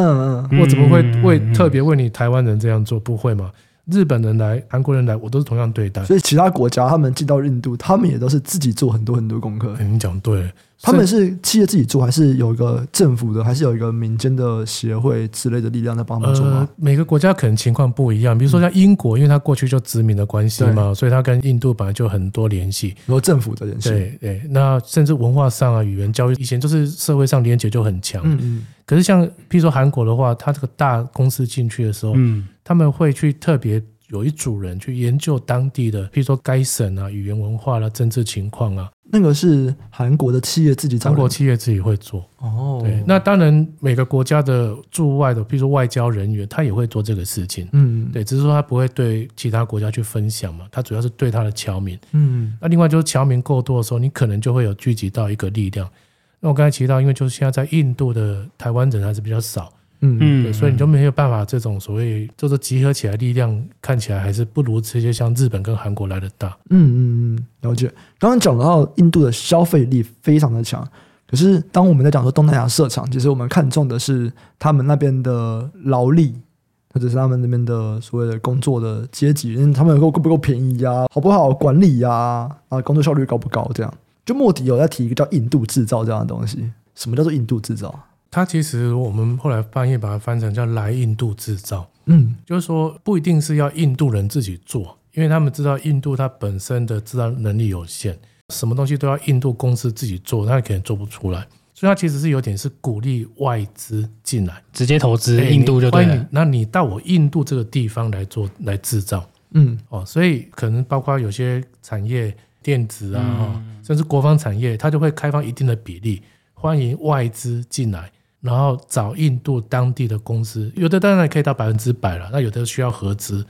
A: 嗯
B: 嗯
C: 我怎么会为
B: 嗯嗯
C: 特别为你台湾人这样做？不会嘛？日本人来、韩国人来，我都是同样对待。
A: 所以其他国家他们进到印度，他们也都是自己做很多很多功课。
C: 哎你讲对了，
A: 他们是企业自己做，还是有一个政府的，还是有一个民间的协会之类的力量在帮他们做
C: 呃
A: 吗？，
C: 每个国家可能情况不一样。比如说像英国，因为它过去就殖民的关系嘛，所以它跟印度本来就很多联系。
A: 有政府的联系。
C: 对对，那甚至文化上啊、语言教育，以前就是社会上连结就很强。
A: 嗯嗯，
C: 可是像譬如说韩国的话，它这个大公司进去的时候，
B: 嗯，
C: 他们会去特别有一组人去研究当地的，譬如说该省啊、语言文化啦、政治情况啊，
A: 那个是韩国的企业自己找
C: 中
A: 人
C: 国企业自己会做。
A: 哦，
C: 对，那当然每个国家的驻外的，譬如说外交人员，他也会做这个事情。
A: 嗯，
C: 对，只是说他不会对其他国家去分享嘛，他主要是对他的侨民。
A: 嗯
C: 那另外就是侨民够多的时候，你可能就会有聚集到一个力量。那我刚才提到，因为就是现在在印度的台湾人还是比较少，
A: 嗯嗯
B: 嗯
C: 对，所以你就没有办法这种所谓就是集合起来力量，看起来还是不如这些像日本跟韩国来的大。
A: 嗯嗯，了解。刚刚讲到印度的消费力非常的强，可是当我们在讲说东南亚市场，其实我们看重的是他们那边的劳力，或者是他们那边的所谓的工作的阶级，因为他们够够不够便宜呀、好不好管理呀、啊，工作效率高不高？这样，就莫迪有在提一个叫印度制造这样的东西。什么叫做印度制造？
C: 它其实我们后来翻译把它翻成叫“来印度制造”，
A: 嗯
C: 就是说不一定是要印度人自己做，因为他们知道印度它本身的制造能力有限，什么东西都要印度公司自己做，它可能做不出来。所以它其实是有点是鼓励外资进来，
B: 嗯直接投资
C: 哎
B: 印度就对
C: 欢迎你
B: 了。
C: 那你到我印度这个地方来做来制造
A: 嗯
C: 哦，所以可能包括有些产业电子啊，哦甚至国防产业，它就会开放一定的比例，欢迎外资进来，然后找印度当地的公司，有的当然可以到百分之百了，那有的需要合资，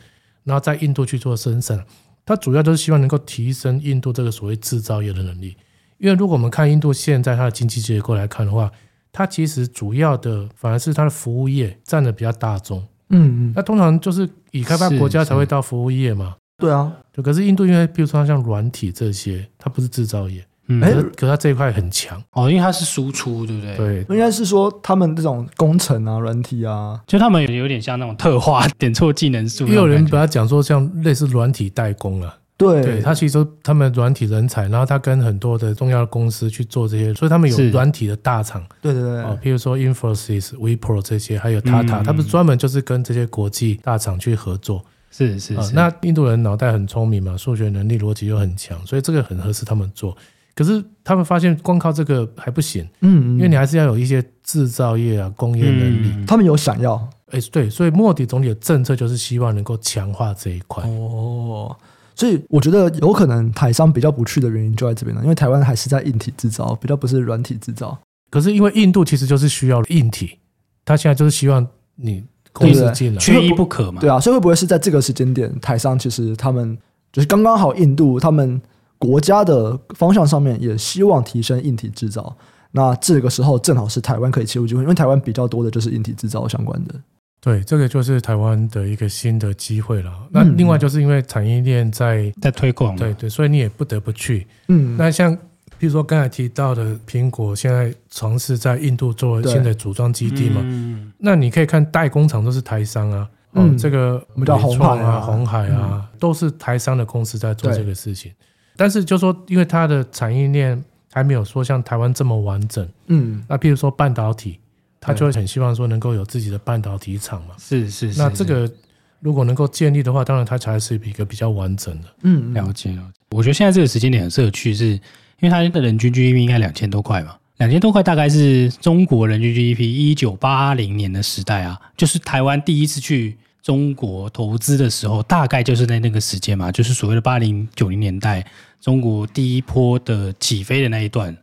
C: 然后在印度去做生产。它主要就是希望能够提升印度这个所谓制造业的能力，因为如果我们看印度现在它的经济结构来看的话，它其实主要的反而是它的服务业占的比较大宗。
A: 嗯嗯，
C: 那通常就是已开发国家才会到服务业嘛。
A: 对啊，
C: 就可是印度因为比如说它像软体这些，它不是制造业，
B: 嗯，
C: 可是可是它这一块很强。
B: 哦，因为它是输出，对不对？，
C: 哎对，
A: 应该是说他们这种工程啊、软体啊，
B: 就他们有点像那种特化点错技能数那
C: 也有
B: 种感觉，
C: 人把它讲说像类似软体代工啊，
A: 对
C: 对，它其实都他们软体人才，然后他跟很多的重要的公司去做这些，所以他们有
B: 是
C: 软体的大厂
A: 对对对，
C: 哦，譬如说 Infosys、Wipro 这些，还有 Tata，、
B: 嗯
C: 他们专门就是跟这些国际大厂去合作。
B: 是是
C: 啊，
B: 是，
C: 那印度人脑袋很聪明嘛，数学能力、逻辑又很强，所以这个很合适他们做。可是他们发现光靠这个还不行，
A: 嗯，嗯
C: 因为你还是要有一些制造业啊、工业能力。
B: 嗯
A: 他们有想要，
C: 哎、对，所以莫迪总理的政策就是希望能够强化这一块。
A: 哦，所以我觉得有可能台商比较不去的原因就在这边了，因为台湾还是在硬体制造，比较不是软体制造。
C: 可是因为印度其实就是需要硬体，他现在就是希望你公
A: 对
C: 司
A: 对
C: 进来。
B: 缺一不可嘛。
A: 对啊，所以会不会是在这个时间点，台商其实他们就是刚刚好，印度他们国家的方向上面也希望提升硬体制造。那这个时候正好是台湾可以切入机会，因为台湾比较多的就是硬体制造相关的。
C: 对，这个就是台湾的一个新的机会了。那
A: 嗯
C: 另外就是因为产业链在，
B: 在推广嘛，
C: 对对，所以你也不得不去。
A: 嗯，
C: 那像比如说刚才提到的，苹果现在尝试在印度做
A: 对
C: 新的组装基地嘛，
B: 嗯
C: 那你可以看代工厂都是台商啊，哦，
A: 嗯
C: 这个
A: 我们叫
C: 伟创啊、
A: 红
C: 红海啊，都是台商的公司在做
A: 对
C: 这个事情。但是就说，因为它的产业链还没有说像台湾这么完整，
A: 嗯，
C: 那譬如说半导体，它
A: 对
C: 就会很希望说能够有自己的半导体厂嘛。
B: 是是是，
C: 那这
B: 是
C: 个如果能够建立的话，当然它才是一个比较完整的。
A: 嗯嗯
B: 了解了解。我觉得现在这个时间点很适合去是，因为它的人均 GDP 应该两千多块嘛，两千多块大概是中国人均 GDP 一九八零年的时代啊，就是台湾第一次去中国投资的时候，大概就是在那个时间嘛，就是所谓的八零九零年代中国第一波的起飞的那一段。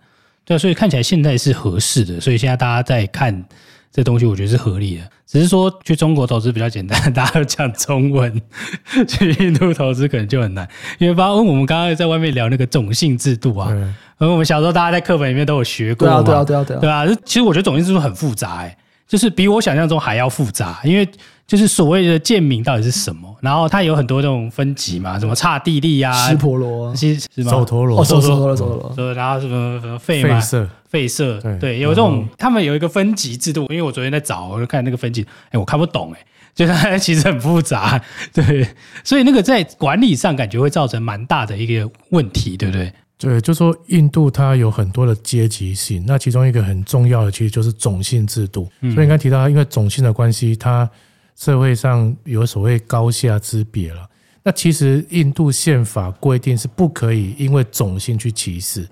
B: 对啊、所以看起来现在是合适的，所以现在大家在看这东西，我觉得是合理的。只是说去中国投资比较简单， *laughs* 大家都讲中文； *laughs* 去印度投资可能就很难，因为包括我们刚刚在外面聊那个种姓制度啊，
C: 对，
B: 而我们小时候大家在课本里面都有学过
A: 对啊
B: 嘛，
A: 对啊对啊对啊，
B: 对啊，这其实我觉得种姓制度很复杂、欸，就是比我想象中还要复杂，因为就是所谓的贱民到底是什么，然后它有很多这种分级嘛，什么差地利啊，
A: 湿婆罗，
B: 是是吗？
C: 手陀螺
A: 哦，走走走了走了，
B: 对，然后什么什么费嘛
C: 废，色，
B: 废社，
C: 对
B: 对，有这种，他们有一个分级制度，因为我昨天在找，我就看那个分级，哎，我看不懂，哎，就是它其实很复杂， *laughs* 对，所以那个在管理上感觉会造成蛮大的一个问题，对不对？
C: 对，就说印度它有很多的阶级性，那其中一个很重要的其实就是种姓制度。
B: 嗯
C: 所以你刚才提到，因为种姓的关系，它社会上有所谓高下之别了。那其实印度宪法规定是不可以因为种姓去歧视，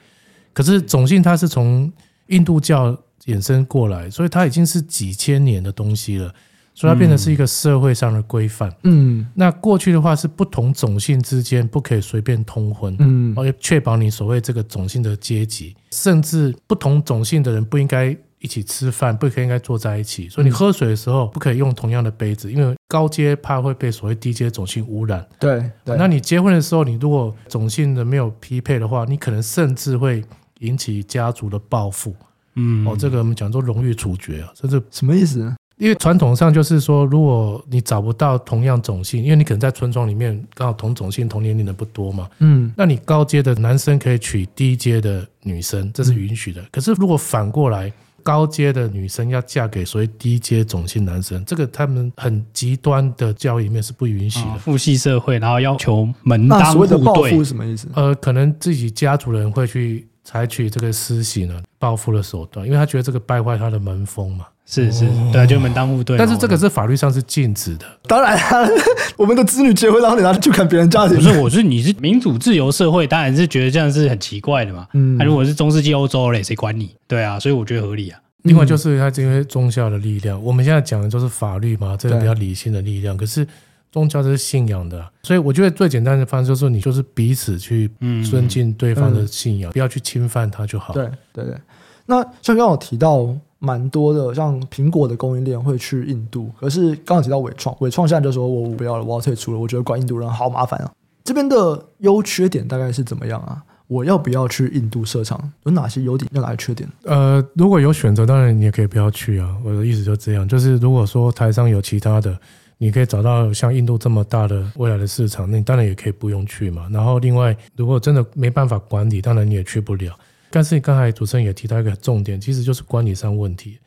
C: 可是种姓它是从印度教衍生过来，所以它已经是几千年的东西了。所以它变成是一个社会上的规范。
A: 嗯
C: 那过去的话是不同种姓之间不可以随便通婚，
A: 嗯
C: 而且哦确保你所谓这个种姓的阶级，甚至不同种姓的人不应该一起吃饭，不应该坐在一起。所以你喝水的时候不可以用同样的杯子，因为高阶怕会被所谓低阶种姓污染。
A: 对对，
C: 那你结婚的时候，你如果种姓的没有匹配的话，你可能甚至会引起家族的报复。
B: 嗯，
C: 哦，这个我们讲做荣誉处决啊，甚至
A: 什么意思？
C: 因为传统上就是说，如果你找不到同样种姓，因为你可能在村庄里面刚好同种姓、同年龄的不多嘛，
A: 嗯
C: 那你高阶的男生可以娶低阶的女生，这是
B: 嗯
C: 允许的。可是如果反过来，高阶的女生要嫁给所谓低阶种姓男生，这个他们很极端的教育里面是不允许的
B: 哦。父系社会，然后要求门
A: 那
B: 当
A: 所
B: 户
A: 谓的报
B: 对
A: 复是，什么意思？
C: 呃，可能自己家族人会去采取这个私刑呢报复的手段，因为他觉得这个败坏他的门风嘛。
B: 是是，对啊，就门当户对嘛。
C: 哦但是这个是法律上是禁止的。
A: 当然啊， *laughs* 我们的子女结婚，然后你拿去看别人家
B: 不
A: 庭，
B: 是，我是你是民主自由社会，当然是觉得这样是很奇怪的嘛。
A: 嗯
B: 那、如果是中世纪欧洲嘞，谁管你？对啊，所以我觉得合理啊。
A: 嗯
C: 另外就是它因为宗教的力量，我们现在讲的就是法律嘛，这个
A: 对
C: 比较理性的力量。可是宗教这是信仰的啊、所以我觉得最简单的方式就是你就是彼此去尊敬对方的信仰，不要去侵犯他就好。
A: 嗯对对对。那像刚刚有提到蛮多的，像苹果的供应链会去印度，可是刚刚有提到伟创，伟创现在就说我不要了，我要退出了，我觉得管印度人好麻烦啊。这边的优缺点大概是怎么样啊？我要不要去印度设厂？有哪些优点？有哪些缺点？
C: 呃，如果有选择，当然你也可以不要去啊。我的意思就这样，就是如果说台上有其他的，你可以找到像印度这么大的未来的市场，那你当然也可以不用去嘛。然后另外，如果真的没办法管理，当然你也去不了。但是你刚才主持人也提到一个重点，其实就是管理上问题。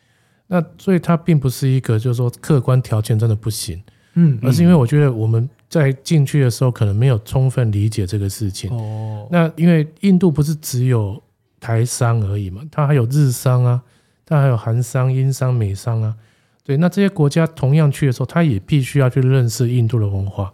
C: 那所以它并不是一个就是说客观条件真的不行，
A: 嗯，
C: 而是因为我觉得我们在进去的时候可能没有充分理解这个事情。
A: 哦，
C: 那因为印度不是只有台商而已嘛，它还有日商啊，它还有韩商、英商、美商啊。对，那这些国家同样去的时候，他也必须要去认识印度的文化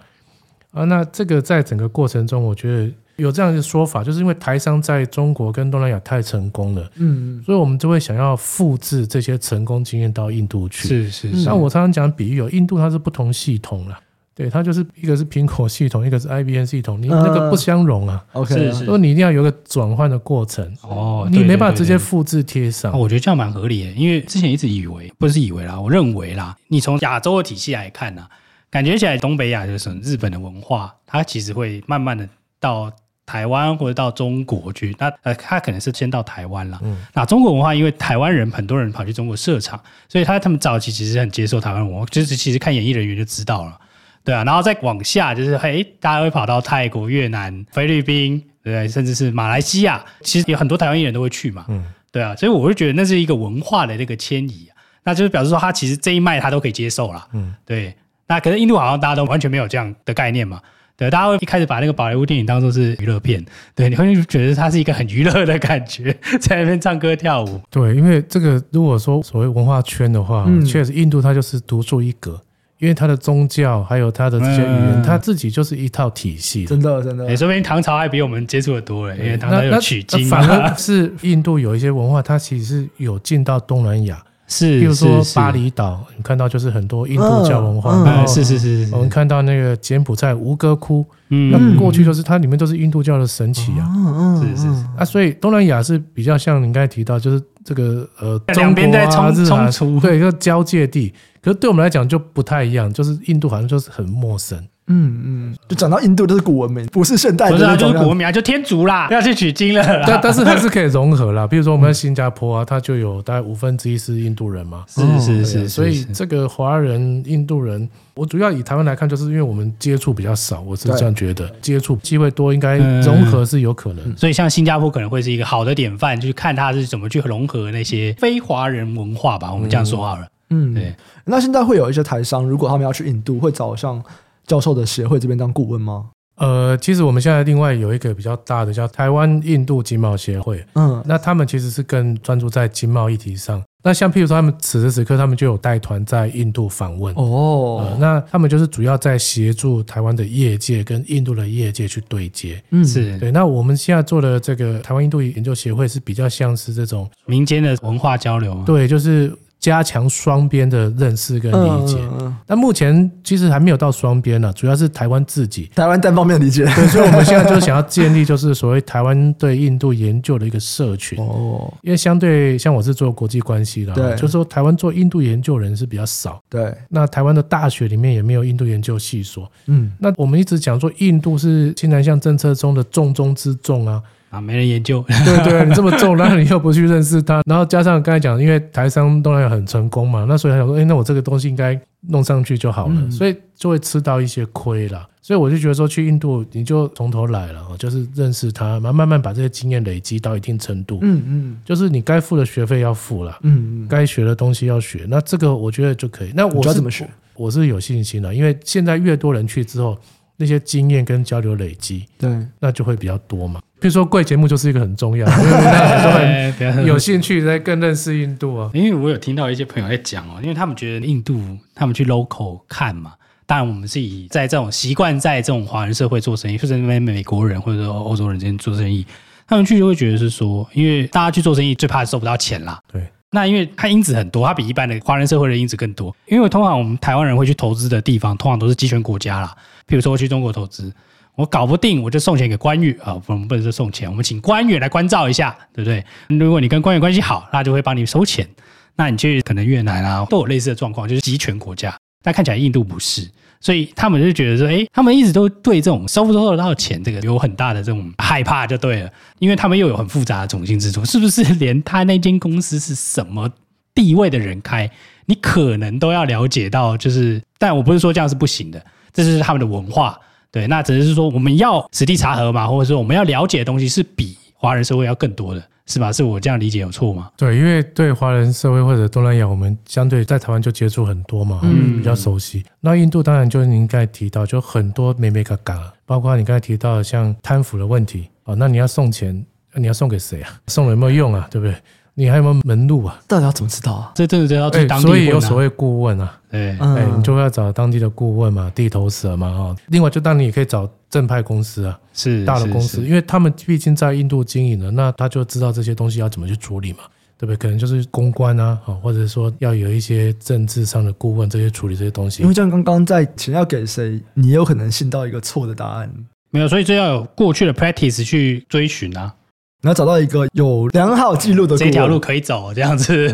C: 啊。那这个在整个过程中，我觉得有这样的说法，就是因为台商在中国跟东南亚太成功了，
A: 嗯，
C: 所以我们就会想要复制这些成功经验到印度去。
B: 是是是，
C: 那我常常讲比喻哦，印度它是不同系统啦，对，它就是一个是苹果系统，一个是 IBM 系统，你那个不相容啊。
A: OK，
B: 是
A: 啊
B: 是
C: 所以你一定要有一个转换的过程，
B: 哦，
C: 你
B: 对
C: 没办法
B: 对
C: 直接
B: 对
C: 复制贴上
B: 啊，。我觉得这样蛮合理的，因为之前一直以为不是以为啦，我认为啦，你从亚洲的体系来看呢、感觉起来东北亚就是日本的文化，它其实会慢慢的到台湾或者到中国去，那呃，它可能是先到台湾啦。那中国文化，因为台湾人很多人跑去中国设厂，所以他他们早期其实很接受台湾文化，就是其实看演艺人员就知道了。对啊，然后再往下就是，嘿，大家会跑到泰国、越南、菲律宾，对不对，甚至是马来西亚，其实有很多台湾艺人都会去嘛。对啊，所以我会觉得那是一个文化的那个迁移、啊，那就是表示说他其实这一脉他都可以接受啦。嗯，对。那可是印度好像大家都完全没有这样的概念嘛。对，大家会一开始把那个宝莱坞电影当做是娱乐片，对，你会觉得它是一个很娱乐的感觉， *laughs* 在那边唱歌跳舞。
C: 对，因为这个如果说所谓文化圈的话，
A: 嗯
C: 确实印度它就是独树一格，因为它的宗教还有它的这些语言，
B: 嗯
C: 它自己就是一套体系。
A: 真的真的
B: 哎、，说不定唐朝还比我们接触的多了，因为唐朝
C: 呃那
B: 有
C: 那
B: 取经
C: 反而
B: 啊，
C: 是印度有一些文化，它其实是有进到东南亚，
B: *laughs* 是，
C: 比如说
B: 是是
C: 巴哦厘岛，你看到就是很多印度教文化，
A: 嗯
C: 然
B: 嗯，
C: 后
B: 是是是，是
C: 我们看到那个柬埔寨吴哥窟，那
B: 嗯，
C: 过去就是它里面都是印度教的神奇啊。
A: 嗯
B: 是是是，
C: 啊，所以东南亚是比较像你刚才提到，就是这个呃，
B: 两边
C: 中国啊
B: 在冲
C: 日韩
B: 冲突
C: 对，就交界地。可是对我们来讲就不太一样，就是印度好像就是很
B: *laughs*
C: 陌生。
A: 嗯嗯，就讲到印度都是古文明，不是现代
B: 不
A: 的
B: 是啊，
A: 那
B: 就
A: 种
B: 是
A: 样
B: 国
A: 子，
B: 民啊，就天竺啦，不要去取经了啦。
C: 但但是还是可以融合啦，比如说我们在新加坡啊，它就有大概五分之一是印度人嘛。
B: 是是
C: 对啊
B: 是，
C: 所以
B: 是
C: 这个华人、印度人，我主要以台湾来看，就是因为我们接触比较少，我是这样觉得，接触机会多，应该
B: 嗯
C: 融合是有可能。
B: 所以像新加坡可能会是一个好的典范，就是看它是怎么去融合那些非华人文化吧，我们这样说好了。
A: 嗯，
B: 对，
A: 那现在会有一些台商，如果他们要去印度，会找像教授的协会这边当顾问吗？
C: 呃，其实我们现在另外有一个比较大的叫台湾印度经贸协会，
A: 嗯
C: 那他们其实是更专注在经贸议题上。那像譬如说，他们此时此刻他们就有带团在印度访问。呃
A: 哦，
C: 那他们就是主要在协助台湾的业界跟印度的业界去对接。
A: 嗯，
B: 是
C: 对，那我们现在做的这个台湾印度研究协会是比较像是这种，
A: 嗯
B: 民间的文化交流嘛？
C: 对，就是加强双边的认识跟理解。
A: 嗯嗯嗯
C: 但目前其实还没有到双边呢，主要是台湾自己。
A: 台湾单方面理解。
C: 对，所以我们现在就想要建立，就是所谓台湾对印度研究的一个社
A: *laughs*
C: 群。
A: 哦，
C: 因为相对像我是做国际关系的啊，
A: 对
C: 就是说台湾做印度研究人是比较少，
A: 对，
C: 那台湾的大学里面也没有印度研究系所。
A: 嗯，
C: 那我们一直讲说印度是新南向政策中的重中之
A: *laughs*
C: 重啊，
B: 啊，没人研究，
C: 对对，你这么重，然后你又不去认识它，然后加上刚才讲，因为台商东南亚很成功嘛，那所以他想说，哎，那我这个东西应该弄上去就好了，
A: 嗯
C: 所以就会吃到一些亏啦。所以我就觉得说，去印度你就从头来了，哦就是认识它，然后慢慢把这些经验累积到一定程度，
A: 嗯嗯
C: 就是你该付的学费要付了，
A: 嗯嗯，
C: 该学的东西要学，那这个我觉得就可以。那
A: 你
C: 我
A: 知道
C: 是
A: 怎么学？
C: 我是有信心的，因为现在越多人去之后，那些经验跟交流累积，
A: 对，
C: 那就会比较多嘛。譬如说贵节目就是一个很 *laughs* 重要，因为让很多
B: *laughs*
C: 人
A: *laughs*
B: 哎不要喝
C: 有兴趣在更认识印度啊。
B: 因为我有听到一些朋友在讲哦，因为他们觉得印度，他们去 local 看嘛。当然，我们是以在这种习惯在这种华人社会做生意，或者那边美国人或者说欧洲人之间做生意，他们去就会觉得是说，因为大家去做生意最怕收不到钱啦。
C: 对，
B: 那因为它因子很多，它比一般的华人社会的因子更多。因为通常我们台湾人会去投资的地方，通常都是集权国家啦。譬如说我去中国投资，我搞不定，我就送钱给官员啊，不我们不能说送钱，我们请官员来关照一下，对不对？如果你跟官员关系好，那就会帮你收钱。那你去可能越南啊，都有类似的状况，就是集权国家。但看起来印度不是，所以他们就觉得说，诶，他们一直都对这种收不收得到钱这个有很大的这种害怕，就对了，因为他们又有很复杂的种姓制度，是不 *laughs* 是连他那间公司是什么地位的人开，你可能都要了解到，就是，但我不是说这样是不行的，这就是他们的文化。对，那只是说我们要实地查核嘛，或者说我们要了解的东西是比华人社会要更多的，是吧？是我这样理解有错吗？
C: 对，因为对华人社会或者东南亚，我们相对在台湾就接触很多嘛，
A: 嗯
C: 比较熟悉。那印度当然就是您刚才提到，就很多美美嘎嘎，包括你刚才提到的像贪腐的问题啊、哦那你要送钱，你要送给谁啊？送了有没有用啊？对不对？你还有没有门路啊？
A: 到底要怎么知道啊？
B: 这真的就要去
C: 哎
B: 当地
C: 所
B: 问、啊
C: 以有所谓顾问啊，
B: 对，
C: 哎、你
A: 嗯，
C: 就要找当地的顾问嘛，地头蛇嘛，哦。另外，就当然你也可以找正派公司啊，
B: 是
C: 大的公司，
B: 是是
C: 因为他们毕竟在印度经营了，那他就知道这些东西要怎么去处理嘛，对不对？可能就是公关啊，哦或者说要有一些政治上的顾问这些处理这些东西
A: 因为。就像刚刚在钱要给谁，你也有可能信到一个错的答案，
B: 没有，所以这要有过去的 practice 去追寻啊，
A: 你要找到一个有良好记录的
B: 这条
A: 顾
B: 路
A: 问。
B: 可以走，这样子。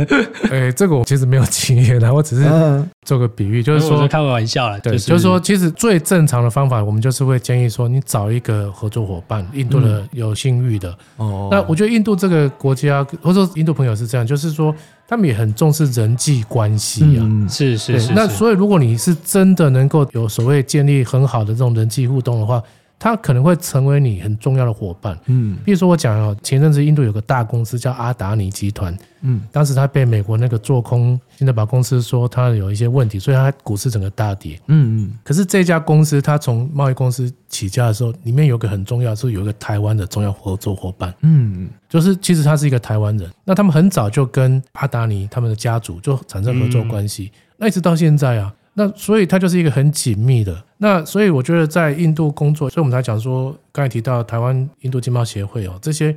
C: 哎，这个我其实没有 *laughs* 经验啊，我只是
A: 嗯，
C: 做个比喻，就
B: 就是 *laughs*
C: 说。
B: 开个玩笑了，
C: 对，
B: 是
C: 就是说，其实最正常的方法，我们就是会建议说，你找一个合作伙伴，印度
B: 嗯
C: 的有信誉的，
A: 哦
C: 那我觉得印度这个国家，或者说印度朋友是这样，就是说他们也很重视人际关系啊。
A: 嗯，
B: 是
C: 对
B: 是是，
C: 那
B: 是
C: 所以如果你是真的能够有所谓建立很好的这种人际互动的话，他可能会成为你很重要的伙伴。
A: 嗯
C: 比如说我讲哦，前阵子印度有个大公司叫阿达尼集团，
A: 嗯
C: 当时他被美国那个做空新德堡公司说他有一些问题，所以他股市整个大跌。
A: 嗯
C: 可是这家公司它从贸易公司起家的时候，里面有个很重要，是有一个台湾的重要合作伙伴。
A: 嗯
C: 就是其实他是一个台湾人，那他们很早就跟阿达尼他们的家族就产生合作关系，那一直到现在啊，那所以他就是一个很紧密的。那所以我觉得在印度工作，所以我们才讲说，刚才提到台湾印度经贸协会哦，这些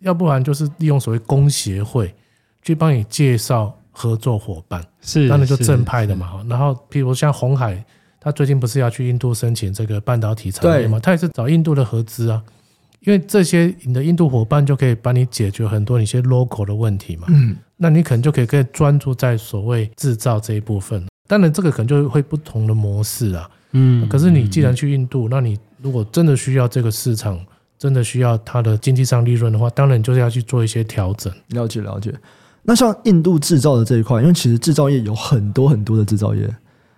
C: 要不然就是利用所谓工协会去帮你介绍合作伙伴，
B: 是
C: 当然就是正派的嘛。哦然后譬如像红海，他最近不是要去印度申请这个半导体产业嘛，他也是找印度的合资啊。因为这些你的印度伙伴就可以帮你解决很多你一些 local 的问题嘛，
A: 嗯，
C: 那你可能就可以更专注在所谓制造这一部分。当然，这个可能就会不同的模式啊。
B: 嗯
C: 可是你既然去印度，那你如果真的需要这个市场，真的需要它的经济上利润的话，当然就是要去做一些调整。
A: 了解了解。那像印度制造的这一块，因为其实制造业有很多很多的制造业。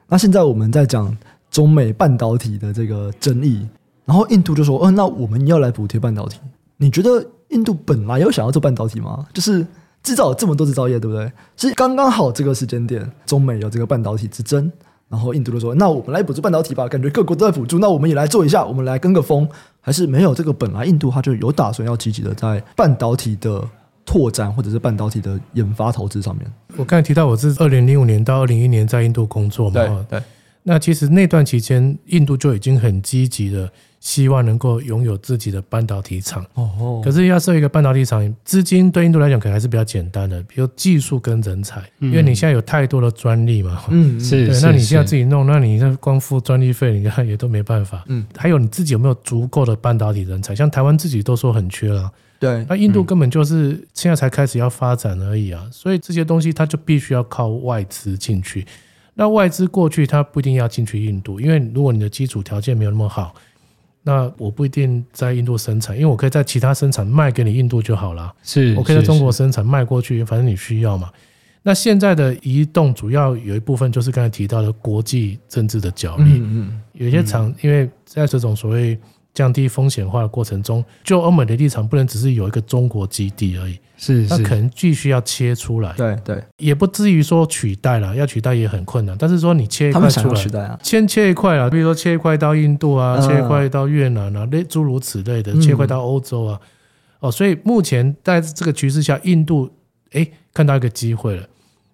A: 那现在我们在讲中美半导体的这个争议，然后印度就说：“嗯、那我们要来补贴半导体。”你觉得印度本来有想要做半导体吗？就是制造有这么多制造业，对不对？是刚刚好这个时间点，中美有这个半导体之争，然后印度就说：“那我们来补助半导体吧。”感觉各国都在补助，那我们也来做一下，我们来跟个风。还是没有这个本来印度它就有打算要积极的在半导体的拓展或者是半导体的研发投资上面。
C: 我刚才提到我是二零零五年到二零一年在印度工作嘛，哦
A: 对，
C: 那其实那段期间印度就已经很积极的希望能够拥有自己的半导体厂。
A: 哦
C: 可是要设一个半导体厂，资金对印度来讲可能还是比较简单的，比如技术跟人才，因为你现在有太多的专利嘛。
A: 嗯，
B: 是嗯
C: 对，
B: 是，
C: 那你现在
B: 是
C: 自己弄，那你这光付专利费，你看也都没办法。
A: 嗯，
C: 还有你自己有没有足够的半导体人才？像台湾自己都说很缺啊了、
A: 对，
C: 那印
B: 嗯
C: 度根本就是现在才开始要发展而已啊，所以这些东西它就必须要靠外资进去。那外资过去它不一定要进去印度，因为如果你的基础条件没有那么好，那我不一定在印度生产，因为我可以在其他生产卖给你印度就好了。
B: 是，
C: 我可以在
B: 是
C: 中国生产卖过去，反正你需要嘛。那现在的移动主要有一部分就是刚才提到的国际政治的角力，
A: 嗯嗯，
C: 有些厂因为在这种所谓降低风险化的过程中，就欧美的立场不能只是有一个中国基地而已，
B: 是
C: 那
B: 是
C: 可能必须要切出来，
A: 对对，
C: 也不至于说取代了，要取代也很困难。但是说你切一
A: 他
C: 块
A: 们想
C: 出
A: 要
C: 来
A: 取，代啊，
C: 先切一块啊，比如说切一块到印度啊，
A: 嗯
C: 切一块到越南啊，类诸如此类的，
A: 嗯
C: 切一块到欧洲啊。哦，所以目前在这个局势下，印度哎看到一个机会了。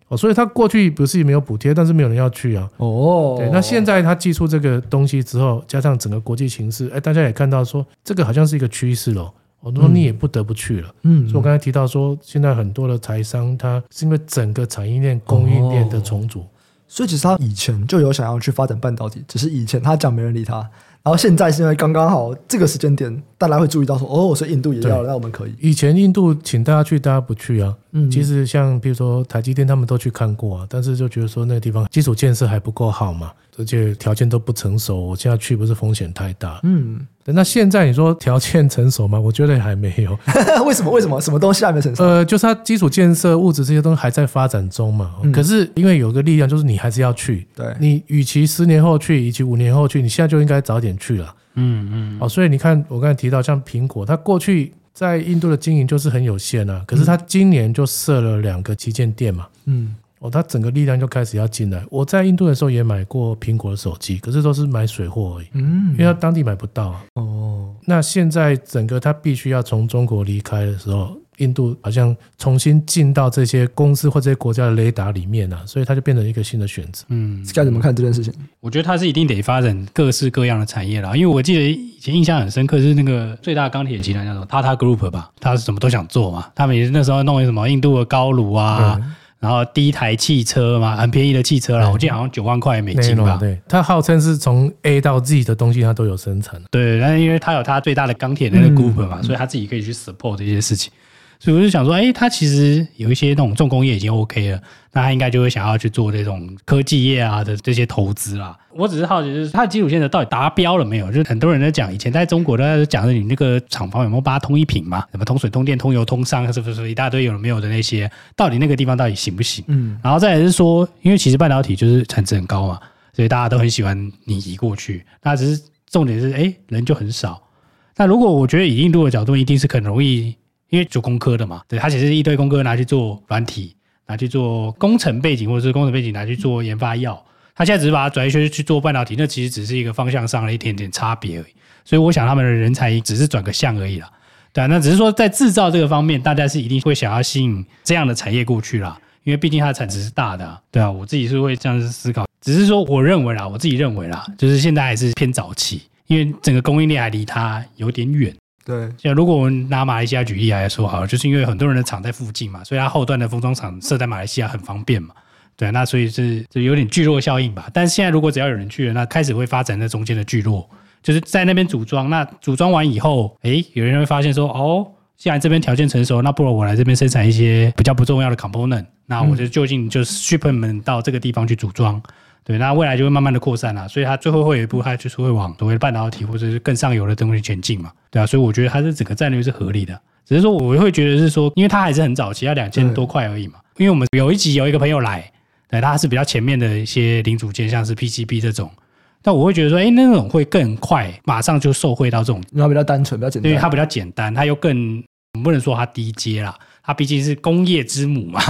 C: 哦，所以他过去不是没有补贴，但是没有人要去啊。
A: 哦，
C: 对，那现在他寄出这个东西之后，加上整个国际形势，哎，大家也看到说这个好像是一个趋势咯。我说
A: 嗯
C: 你也不得不去了。
A: 嗯，
C: 所以我刚才提到说，现在很多的台商，它是因为整个产业链、供应链的重
A: 哦
C: 组，
A: 所以其实他以前就有想要去发展半导体，只是以前他讲没人理他，然后现在是因为刚刚好这个时间点，大家会注意到说，哦，所以印度也要了，那我们可以。
C: 以前印度请大家去，大家不去啊。
A: 嗯，
C: 其实像比如说台积电，他们都去看过啊，但是就觉得说那个地方基础建设还不够好嘛，而且条件都不成熟，我现在去不是风险太大。
A: 嗯，
C: 对那现在你说条件成熟吗？我觉得还没有。
A: *laughs* 为什么为什么什么东西还没成熟？
C: 呃，就是它基础建设、物质这些东西还在发展中嘛。哦
A: 嗯
C: 可是因为有个力量，就是你还是要去。
A: 对，
C: 你与其十年后去，与其五年后去，你现在就应该早点去了。
B: 嗯嗯
C: 哦，所以你看，我刚才提到像苹果，它过去在印度的经营就是很有限啊。可是它今年就设了两个旗舰店嘛，
A: 嗯，
C: 哦，它整个力量就开始要进来。我在印度的时候也买过苹果的手机，可是都是买水货而已，
A: 嗯
C: 因为它当地买不到啊。
A: 哦，
C: 那现在整个它必须要从中国离开的时候，印度好像重新进到这些公司或这些国家的雷达里面啊，所以它就变成一个新的选择。
B: 嗯，
A: 该怎么看这件事情？
B: 我觉得它是一定得发展各式各样的产业啦，因为我记得以前印象很深刻是那个最大钢铁集团叫什么 Tata Group 吧，他是什么都想做嘛，他们也是那时候弄一个什么印度的高炉啊，然后第一台汽车嘛，很便宜的汽车啦，我记得好像九万块美金吧。
C: 啊对，它号称是从 A 到 Z 的东西，它都有生产。
B: 对，但是因为他有他最大的钢铁的那个 group 嘛，所以他自己可以去 support 这些事情。所以我就想说，哎，他其实有一些那种重工业已经 OK 了，那他应该就会想要去做这种科技业啊的这些投资啦。我只是好奇，就是他的基础建设到底达标了没有？就是很多人在讲，以前在中国都在讲，你那个厂房有没有把它通一品嘛？什么通水、通电、通油、通商，是不是一大堆有的没有的那些？到底那个地方到底行不行？
A: 嗯，
B: 然后再来是说，因为其实半导体就是产值很高嘛，所以大家都很喜欢你移过去。那只是重点是，哎，人就很少。那如果我觉得以印度的角度，一定是很容易，因为做工科的嘛，对，它其实是一堆工科拿去做软体，拿去做工程背景，或者是工程背景拿去做研发药。他现在只是把它转一圈去做呃半导体，那其实只是一个方向上的一点点差别而已。所以我想他们的人才只是转个向而已啦。对啊，那只是说在制造这个方面，大家是一定会想要吸引这样的产业过去啦，因为毕竟它的产值是大的、啊。对啊，我自己是会这样子思考，只是说我认为啦，我自己认为啦，就是现在还是偏早期，因为整个供应链还离它有点远。
A: 对，
B: 像如果我们拿马来西亚举例来说好了，就是因为很多人的厂在附近嘛，所以它后段的封装厂设在马来西亚很方便嘛。对啊，那所以是就有点聚落效应吧。但是现在如果只要有人去了，那开始会发展那中间的聚落，就是在那边组装。那组装完以后，诶，有人会发现说，哦，既然这边条件成熟，那不如我来这边生产一些比较不重要的 component，那我就就近就是 ship 们到这个地方去组装。对，那未来就会慢慢的扩散啦、所以它最后会有一步，它就是会往所谓的半导体或者是更上游的东西前进嘛，对啊，所以我觉得它是整个战略是合理的，只是说我会觉得是说，因为它还是很早期，要两千
A: 对
B: 多块而已嘛，因为我们有一集有一个朋友来，对，他是比较前面的一些零组件，像是 PCB 这种，但我会觉得说，哎，那种会更快，马上就受惠到这种
A: 因为它比较单纯，比较简
B: 因为它
A: 单。
B: 比较简单，它又更我们不能说它低阶啦，它毕竟是工业之母嘛，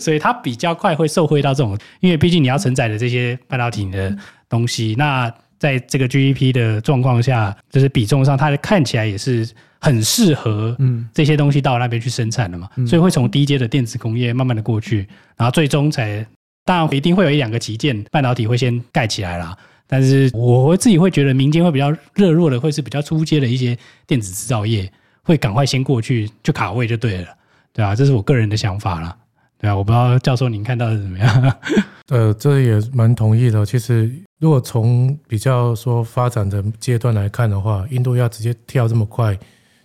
B: 所以它比较快会受惠到这种，因为毕竟你要承载的这些半导体的东西，那在这个 GDP 的状况下，就是比重上，它看起来也是很适合
A: 嗯，
B: 这些东西到那边去生产的嘛，
A: 嗯
B: 所以会从低阶的电子工业慢慢的过去，然后最终才，当然一定会有一两个旗舰半导体会先盖起来啦。但是我自己会觉得民间会比较热络的，会是比较出街的一些电子制造业，会赶快先过去就卡位就对了，对啊，这是我个人的想法啦，对啊，我不知道教授您看到的怎么样？ *laughs*
C: 呃，这也蛮同意的。其实，如果从比较说发展的阶段来看的话，印度要直接跳这么快，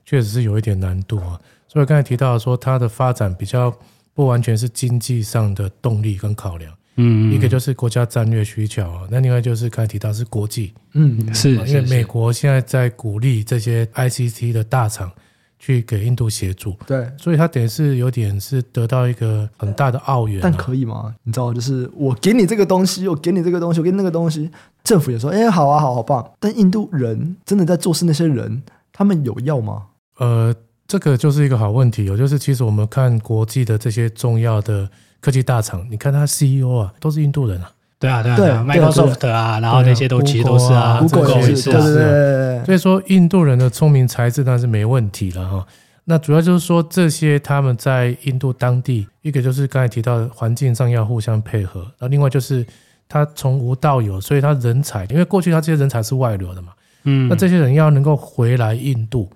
C: 确实是有一点难度啊。所以刚才提到说，它的发展比较不完全是经济上的动力跟考量，
B: 嗯，
C: 一个就是国家战略需求啊，那另外就是刚才提到是国际，
A: 嗯，
B: 是
C: 啊因
B: 是
C: 为美
B: 是，
C: 国现在在鼓励这些 ICT 的大厂去给印度协助，
A: 对。
C: 所以它等于是有点是得到一个很大的澳元、啊。
A: 但可以吗？你知道，就是我给你这个东西，我给你这个东西，我给你那个东西，政府也说，哎、好啊，好，好棒。但印度人真的在做事，那些人他们有要吗？
C: 呃，这个就是一个好问题哦。就是其实我们看国际的这些重要的科技大厂，你看它 CEO 啊，都是印度人啊，
B: 对啊对啊
A: 对
B: 对啊
A: 对啊
B: ，Microsoft 啊，然后
C: 对啊
B: 那些都其实都是啊
A: Google
C: 这个
A: 也是，
B: 也是
A: 对
B: 啊，
A: 对
C: 是
A: 对
C: 啊
A: 对对对，
C: 所以说印度人的聪明才智当然是没问题了哈、那主要就是说这些他们在印度当地，一个就是刚才提到的环境上要互相配合，那另外就是他从无到有，所以他人才，因为过去他这些人才是外流的嘛。
B: 嗯，
C: 那这些人要能够回来印度，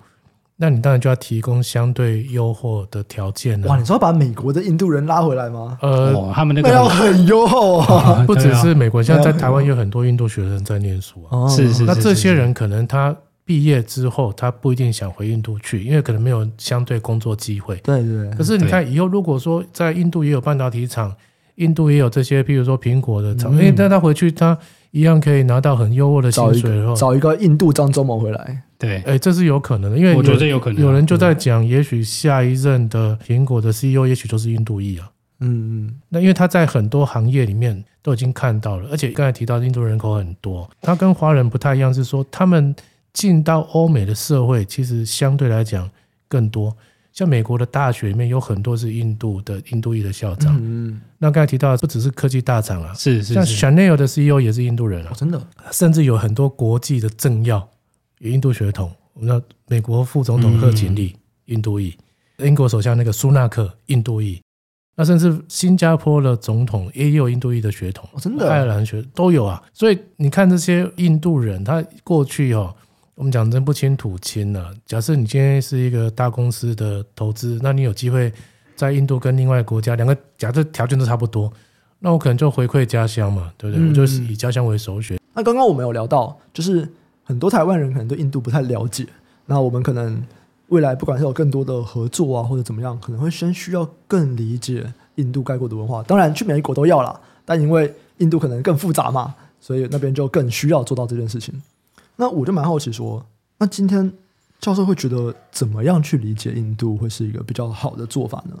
C: 那你当然就要提供相对优渥的条件
A: 哇，
C: 了
A: 你。说要把美国的印度人拉回来吗？哎
C: 呃，
B: 哦，他们那
A: 那要
B: 个
A: 很优厚啊！
B: 啊
C: 不
B: 对
C: 只
B: 啊
C: 是美国，现在在台湾有很多印度学生在念书啊。
A: 哦
B: *laughs* 是是
C: 那这些
B: 是
C: 人可能他毕业之后，他不一定想回印度去，因为可能没有相对工作机会。
A: 对对
B: 嗯
C: 可
A: 对，
C: 是你看，以后如果说在印度也有半导体厂，印度也有这些，譬如说苹果的厂，
A: 嗯
C: 哎、但他回去他一样可以拿到很优渥的
A: 找
C: 薪
A: 一
C: 水
A: 个
C: 哦。
A: 找一个印度张忠谋回来，
B: 对，
C: 哎、这是有可能的，因为
B: 我觉
C: 有
B: 得这有可能啊，
C: 有人就在讲，也许下一任的苹果的 CEO 也许就是印度裔啊。
A: 嗯嗯，
C: 那因为他在很多行业里面都已经看到了，而且刚才提到印度人口很多，他跟华人不太一样，是说他们进到欧美的社会，其实相对来讲更多。像美国的大学里面有很多是印度的印度裔的校长。
A: 嗯，
C: 那刚才提到的不只是科技大厂啊，
B: 是是
C: 像
B: 是
C: Chanel 的 CEO 也是印度人啊
A: 哦，，真的，
C: 甚至有很多国际的政要有印度血统。我们知道美国副总
A: 嗯
C: 统贺锦丽、印度裔；英国首相那个苏纳克，印度裔。那甚至新加坡的总统也有印度裔的血统，
A: 哦真的
C: 爱尔兰血都有啊。所以你看这些印度人，他过去哦，我们讲真不亲土亲了、假设你今天是一个大公司的投资，那你有机会在印度跟另外国家两个假设条件都差不多，那我可能就回馈家乡嘛，对不对？
A: 嗯
C: 我就是以家乡为首选。
A: 那刚刚我们有聊到，就是很多台湾人可能对印度不太了解，那我们可能未来不管是有更多的合作啊，或者怎么样，可能会先需要更理解印度概括的文化。当然，去每一国都要啦，但因为印度可能更复杂嘛，所以那边就更需要做到这件事情。那我就蛮好奇说，那今天教授会觉得怎么样去理解印度会是一个比较好的做法呢？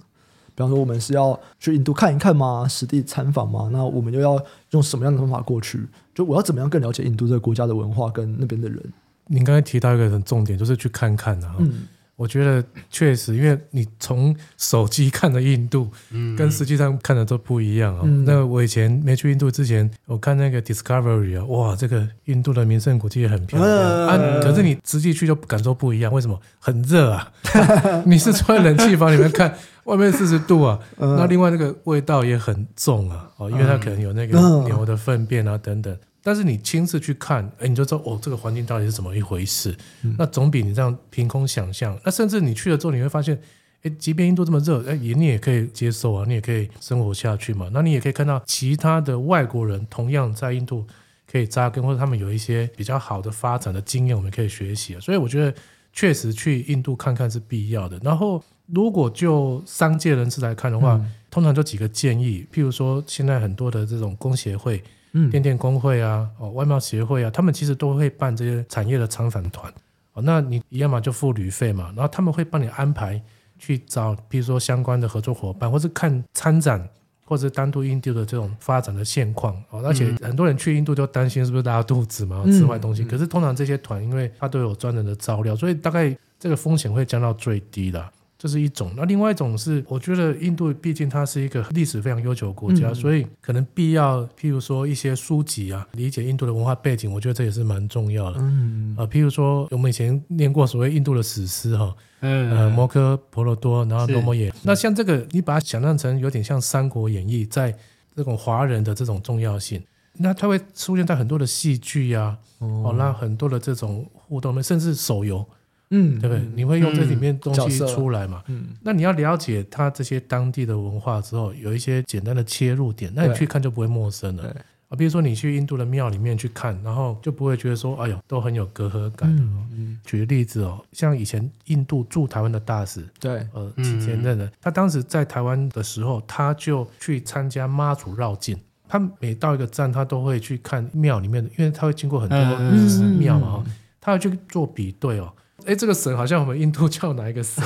A: 比方说，我们是要去印度看一看吗？实地参访吗？那我们又要用什么样的方法过去？就我要怎么样更了解印度这个国家的文化跟那边的人？
C: 你刚才提到一个很重点，就是去看看啊。
A: 嗯，
C: 我觉得确实，因为你从手机看的印度，跟实际上看的都不一样哦。
A: 嗯
C: 那我以前没去印度之前，我看那个 Discovery 啊，哇，这个印度的名胜古迹也很漂亮、
A: 嗯
C: 啊。可是你实际去就感受不一样，为什么？很热啊！ *laughs* 你是坐在冷气房里面看， *laughs* 外面四十度啊，
A: 嗯
C: 那另外那个味道也很重啊，哦，因为它可能有那个
A: 嗯
C: 牛的粪便啊等等。但是你亲自去看，哎，你就知道哦，这个环境到底是怎么一回事。
A: 嗯
C: 那总比你这样凭空想象，那甚至你去了之后，你会发现，哎，即便印度这么热，哎，也你也可以接受啊，你也可以生活下去嘛。那你也可以看到其他的外国人同样在印度可以扎根，或者他们有一些比较好的发展的经验，我们可以学习啊。所以我觉得确实去印度看看是必要的。然后，如果就商界人士来看的话，通常就几个建议，譬如说现在很多的这种工协会、
A: 嗯
C: 电电工会啊、哦外贸协会啊，他们其实都会办这些产业的参访团。哦，那你要么就付旅费嘛，然后他们会帮你安排去找，譬如说相关的合作伙伴，或是看参展。或者单独印度的这种发展的现况哦，而且很多人去印度就担心是不是拉肚子嘛，
A: 嗯
C: 吃坏东西。可是通常这些团，因为它都有专人的照料，所以大概这个风险会降到最低的。这是一种。那另外一种是，我觉得印度毕竟它是一个历史非常悠久的国家，
A: 嗯
C: 所以可能必要，譬如说一些书籍啊，理解印度的文化背景，我觉得这也是蛮重要的。
A: 嗯，
C: 呃，譬如说，我们以前念过所谓印度的史诗哈，呃，
B: 嗯
C: 摩诃婆罗多，然后
B: 是
C: 罗摩衍。那像这个，你把它想象成有点像《三国演义》在这种华人的这种重要性。那它会出现在很多的戏剧啊，
A: 哦
C: 哦，那很多的这种互动，甚至手游，
A: 嗯，
C: 对不对？你会用这里面东
A: 角
C: 西
A: 色
C: 出来嘛？
A: 嗯，
C: 那你要了解它这些当地的文化之后，有一些简单的切入点，那你
A: 对
C: 去看就不会陌生了
A: 对。
C: 啊，比如说你去印度的庙里面去看，然后就不会觉得说，哎呦，都很有隔阂感。
A: 嗯嗯，
C: 举个例子哦，像以前印度驻台湾的大使，
A: 对，
C: 呃，
B: 嗯
C: 前前任人，他当时在台湾的时候，他就去参加妈祖绕境。他每到一个站，他都会去看庙里面的，因为他会经过很多
B: 嗯
C: 寺庙嘛，哦他要去做比对哦。哎，这个神好像我们印度教哪一
B: *laughs*
C: 个神，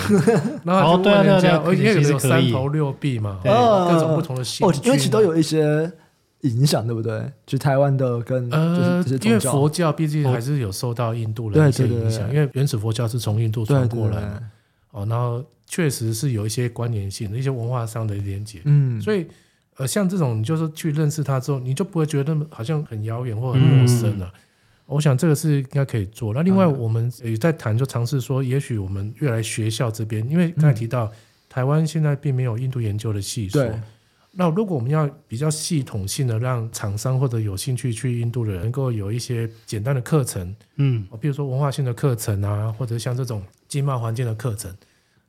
C: 然后他
B: 哦
C: 就
B: 对啊
C: 问人
B: 对啊
C: 家，
B: 对啊
C: 哦因为有
B: 其实
C: 有
B: 可以
C: 三头六臂嘛，
B: 对
C: 哦各种不同的
A: 嗯哦
C: 信，
A: 因为其实
C: 实
A: 都有一些影响，对不对？就台湾的跟就是
C: 呃
A: 这些，
C: 因
A: 宗
C: 为
A: 教，
C: 佛教毕竟还是有受到印度的
A: 对
C: 一些
A: 对对
C: 影响，
A: 对
C: 因为原始佛教是从印度
A: 对
C: 传
A: 对
C: 过来
A: 对
C: 嘛，哦，然后确实是有一些关联性，一些文化上的连接，
A: 嗯，
C: 所以呃，像这种你就是去认识他之后，你就不会觉得那么好像很遥远或很陌生了、我想这个是应该可以做。那另外
A: 当然
C: 我们也在谈，就尝试说，也许我们越来学校这边，因为刚才提到、台湾现在并没有印度研究的系所。
A: 对，
C: 那如果我们要比较系统性的让厂商或者有兴趣去印度的人能够有一些简单的课程，
B: 嗯，
C: 哦，比如说文化性的课程啊，或者像这种经贸环境的课程，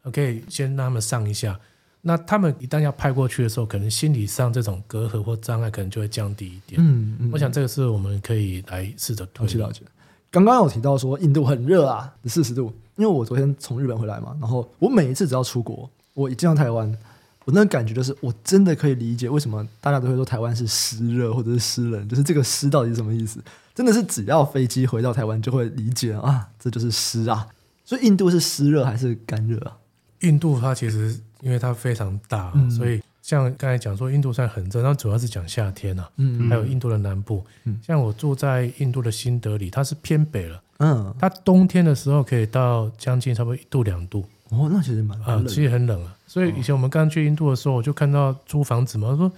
C: 呃可以先让他们上一下。那他们一旦要派过去的时候，可能心理上这种隔阂或障碍可能就会降低一点。
A: 嗯嗯，
C: 我想这个是我们可以来试着推
A: 了解
C: 的
A: 哦了。解。刚刚有提到说印度很热啊，四十度。因为我昨天从日本回来嘛，然后我每一次只要出国，我一进到台湾，我那个感觉就是，我真的可以理解为什么大家都会说台湾是湿热或者是湿冷，就是这个湿到底是什么意思？真的是只要飞机回到台湾就会理解啊，这就是湿啊。所以印度是湿热还是干热啊？
C: 印度它其实因为它非常大，
A: 嗯
C: 所以像刚才讲说，印度算很热，那主要是讲夏天啊，
A: 嗯
C: 还有印度的南部。
A: 嗯
C: 像我住在印度的新德里，它是偏北了，
A: 嗯，
C: 它冬天的时候可以到将近差不多一度两度。
A: 哦，那其实蛮蛮
C: 啊
A: 冷，
C: 其实很冷啊。所以以前我们刚去印度的时候，我就看到租房子嘛，我说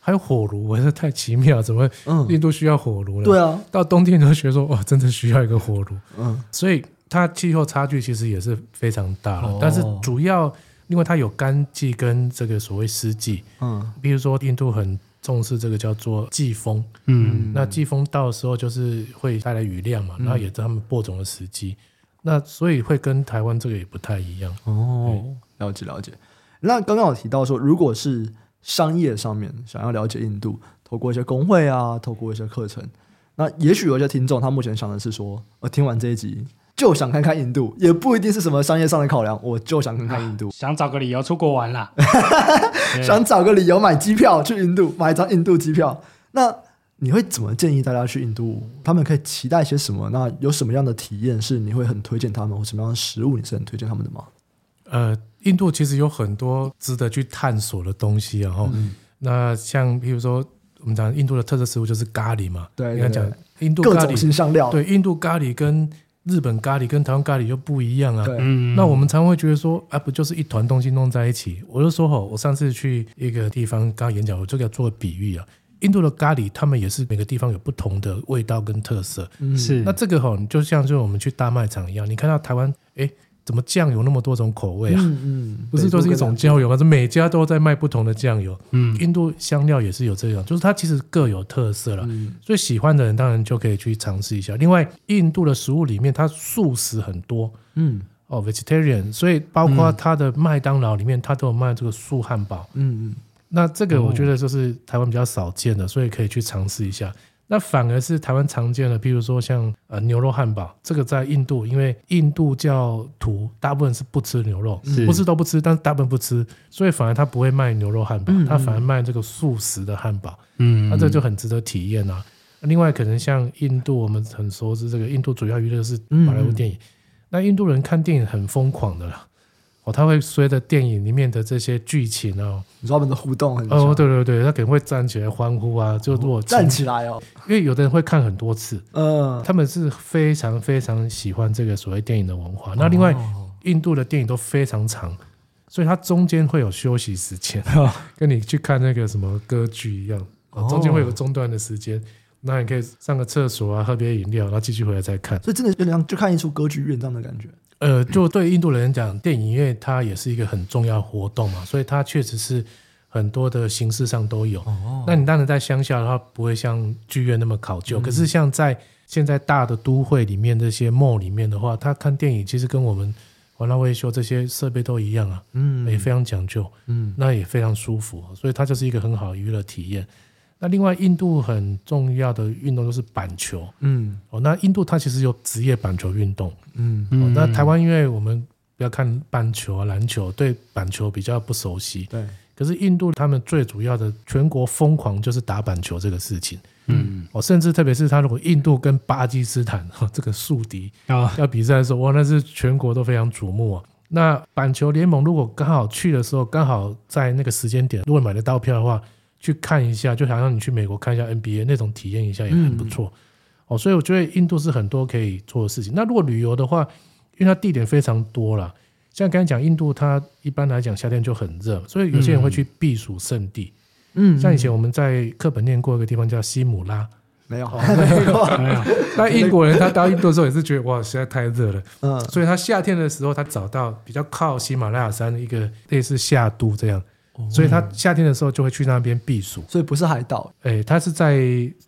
C: 还有火炉，我说太奇妙，怎么
A: 嗯，
C: 印度需要火炉了？
A: 对
C: 啊，
A: 啊，
C: 到冬天你就觉得说，哇，真的需要一个火炉。
A: 嗯
C: 所以它气候差距其实也是非常大了，
A: 哦
C: 但是主要因为它有干季跟这个所谓湿季，
A: 嗯
C: 比如说印度很重视这个叫做季风，
B: 嗯，
C: 那季风到的时候就是会带来雨量嘛，
A: 嗯
C: 然后也是他们播种的时机。那所以会跟台湾这个也不太一样，
A: 哦，了解了解。那刚刚有提到说，如果是商业上面想要了解印度，透过一些工会啊，透过一些课程，那也许有一些听众他目前想的是说，呃，听完这一集就想看看印度，也不一定是什么商业上的考量，我就想看看印度，
B: 想找个理由出国玩
C: *laughs* 哎
B: 啦。 *laughs* 对
A: 想找个理由买机票去印度，买一张印度机票。那你会怎么建议大家去印度？他们可以期待些什么？那有什么样的体验是你会很推荐他们，或什么样的食物你是很推荐他们的吗？
C: 呃，印度其实有很多值得去探索的东西啊，哈、
A: 嗯
C: 那像比如说，我们讲印度的特色食物就是咖喱嘛，
A: 对对
C: 你看讲
A: 对
C: 印度
A: 各
C: 咖
A: 种
C: 喱，
A: 新香料，
C: 对，印度咖喱跟日本咖喱跟台湾咖喱就不一样啊。
A: 对
B: 嗯，
C: 那我们常会觉得说，啊，不就是一团东西弄在一起？我就说吼，我上次去一个地方刚演讲，我就给他做个比喻啊。印度的咖喱，他们也是每个地方有不同的味道跟特色。
A: 嗯
B: 是
C: 那这个吼，你就像是我们去大卖场一样，你看到台湾，哎，怎么酱油那么多种口味啊？
A: 嗯嗯，
C: 不是都是一种酱油吗？这每家都在卖不同的酱油，
B: 嗯
C: 印度香料也是有这种，就是它其实各有特色了。
A: 嗯
C: 所以喜欢的人当然就可以去尝试一下。另外，印度的食物里面它素食很多
A: 嗯
C: 哦，vegetarian，所以包括它的麦当劳里面它都有卖这个素汉堡。
A: 嗯
C: 那这个我觉得就是台湾比较少见的，所以可以去尝试一下。那反而是台湾常见的，譬如说像呃牛肉汉堡，这个在印度，因为印度教徒大部分是不吃牛肉，
B: 是
C: 不是都不吃，但是大部分不吃，所以反而他不会卖牛肉汉堡
A: 嗯，
C: 他反而卖这个素食的汉堡，
B: 嗯，
C: 那这就很值得体验啊。另外，可能像印度，我们很熟知这个印度主要娱乐是
A: 嗯
C: 好莱坞电影，那印度人看电影很疯狂的啦，哦，他会随着电影里面的这些剧情哦，
A: 嗯，你说他们的互动很强
C: 哦，，对对对，他可能会站起来欢呼啊，就如果
A: 站起来哦，
C: 因为有的人会看很多次，
A: 嗯，
C: 他们是非常非常喜欢这个所谓电影的文化。那另外，
A: 哦
C: 印度的电影都非常长，所以它中间会有休息时间，跟你去看那个什么歌剧一样，
A: 哦
C: 中间会有个中断的时间。那你可以上个厕所啊，喝杯饮料，然后继续回来再看。
A: 所以真的有点像就看一出歌剧院这样的感觉，
C: 呃，就对印度人讲，电影院它也是一个很重要的活动嘛，所以它确实是很多的形式上都有。那你当然在乡下的话，不会像剧院那么考究。可是像在现在大的都会里面这些 mall 里面的话，他看电影其实跟我们环绕维修这些设备都一样啊，
A: 嗯
C: 也非常讲究，
A: 嗯，
C: 那也非常舒服，哦所以它就是一个很好的娱乐体验。那另外，印度很重要的运动就是板球
A: 嗯
C: 哦。那印度它其实有职业板球运动，
A: 嗯
C: 哦
B: 嗯，
C: 那台湾因为我们不要看棒球啊、篮球，对板球比较不熟悉。
A: 对，
C: 可是印度他们最主要的全国疯狂就是打板球这个事情
B: 嗯
C: 哦，甚至特别是他如果印度跟巴基斯坦哈、哦、这个宿敌
B: 啊
C: 要比赛的时候，哇，那是全国都非常瞩目啊。那板球联盟如果刚好去的时候，刚好在那个时间点，如果买得到票的话，去看一下，就好像你去美国看一下 NBA 那种体验一下也很不错、哦。所以我觉得印度是很多可以做的事情。那如果旅游的话，因为它地点非常多啦，像刚才讲印度，它一般来讲夏天就很热，所以有些人会去避暑胜地。
A: 嗯
C: 像以前我们在课本念过一个地方叫西姆拉，
A: 没有，
C: 哦
B: 没
C: *laughs*
B: 有
C: 那英国人他到印度的时候也是觉得哇，实在太热了。
A: *laughs* 嗯
C: 所以他夏天的时候，他找到比较靠喜马拉雅山的一个类似夏都这样，所以
A: 嗯
C: 他夏天的时候就会去那边避暑。
A: 所以不是海岛，
C: 诶，他是在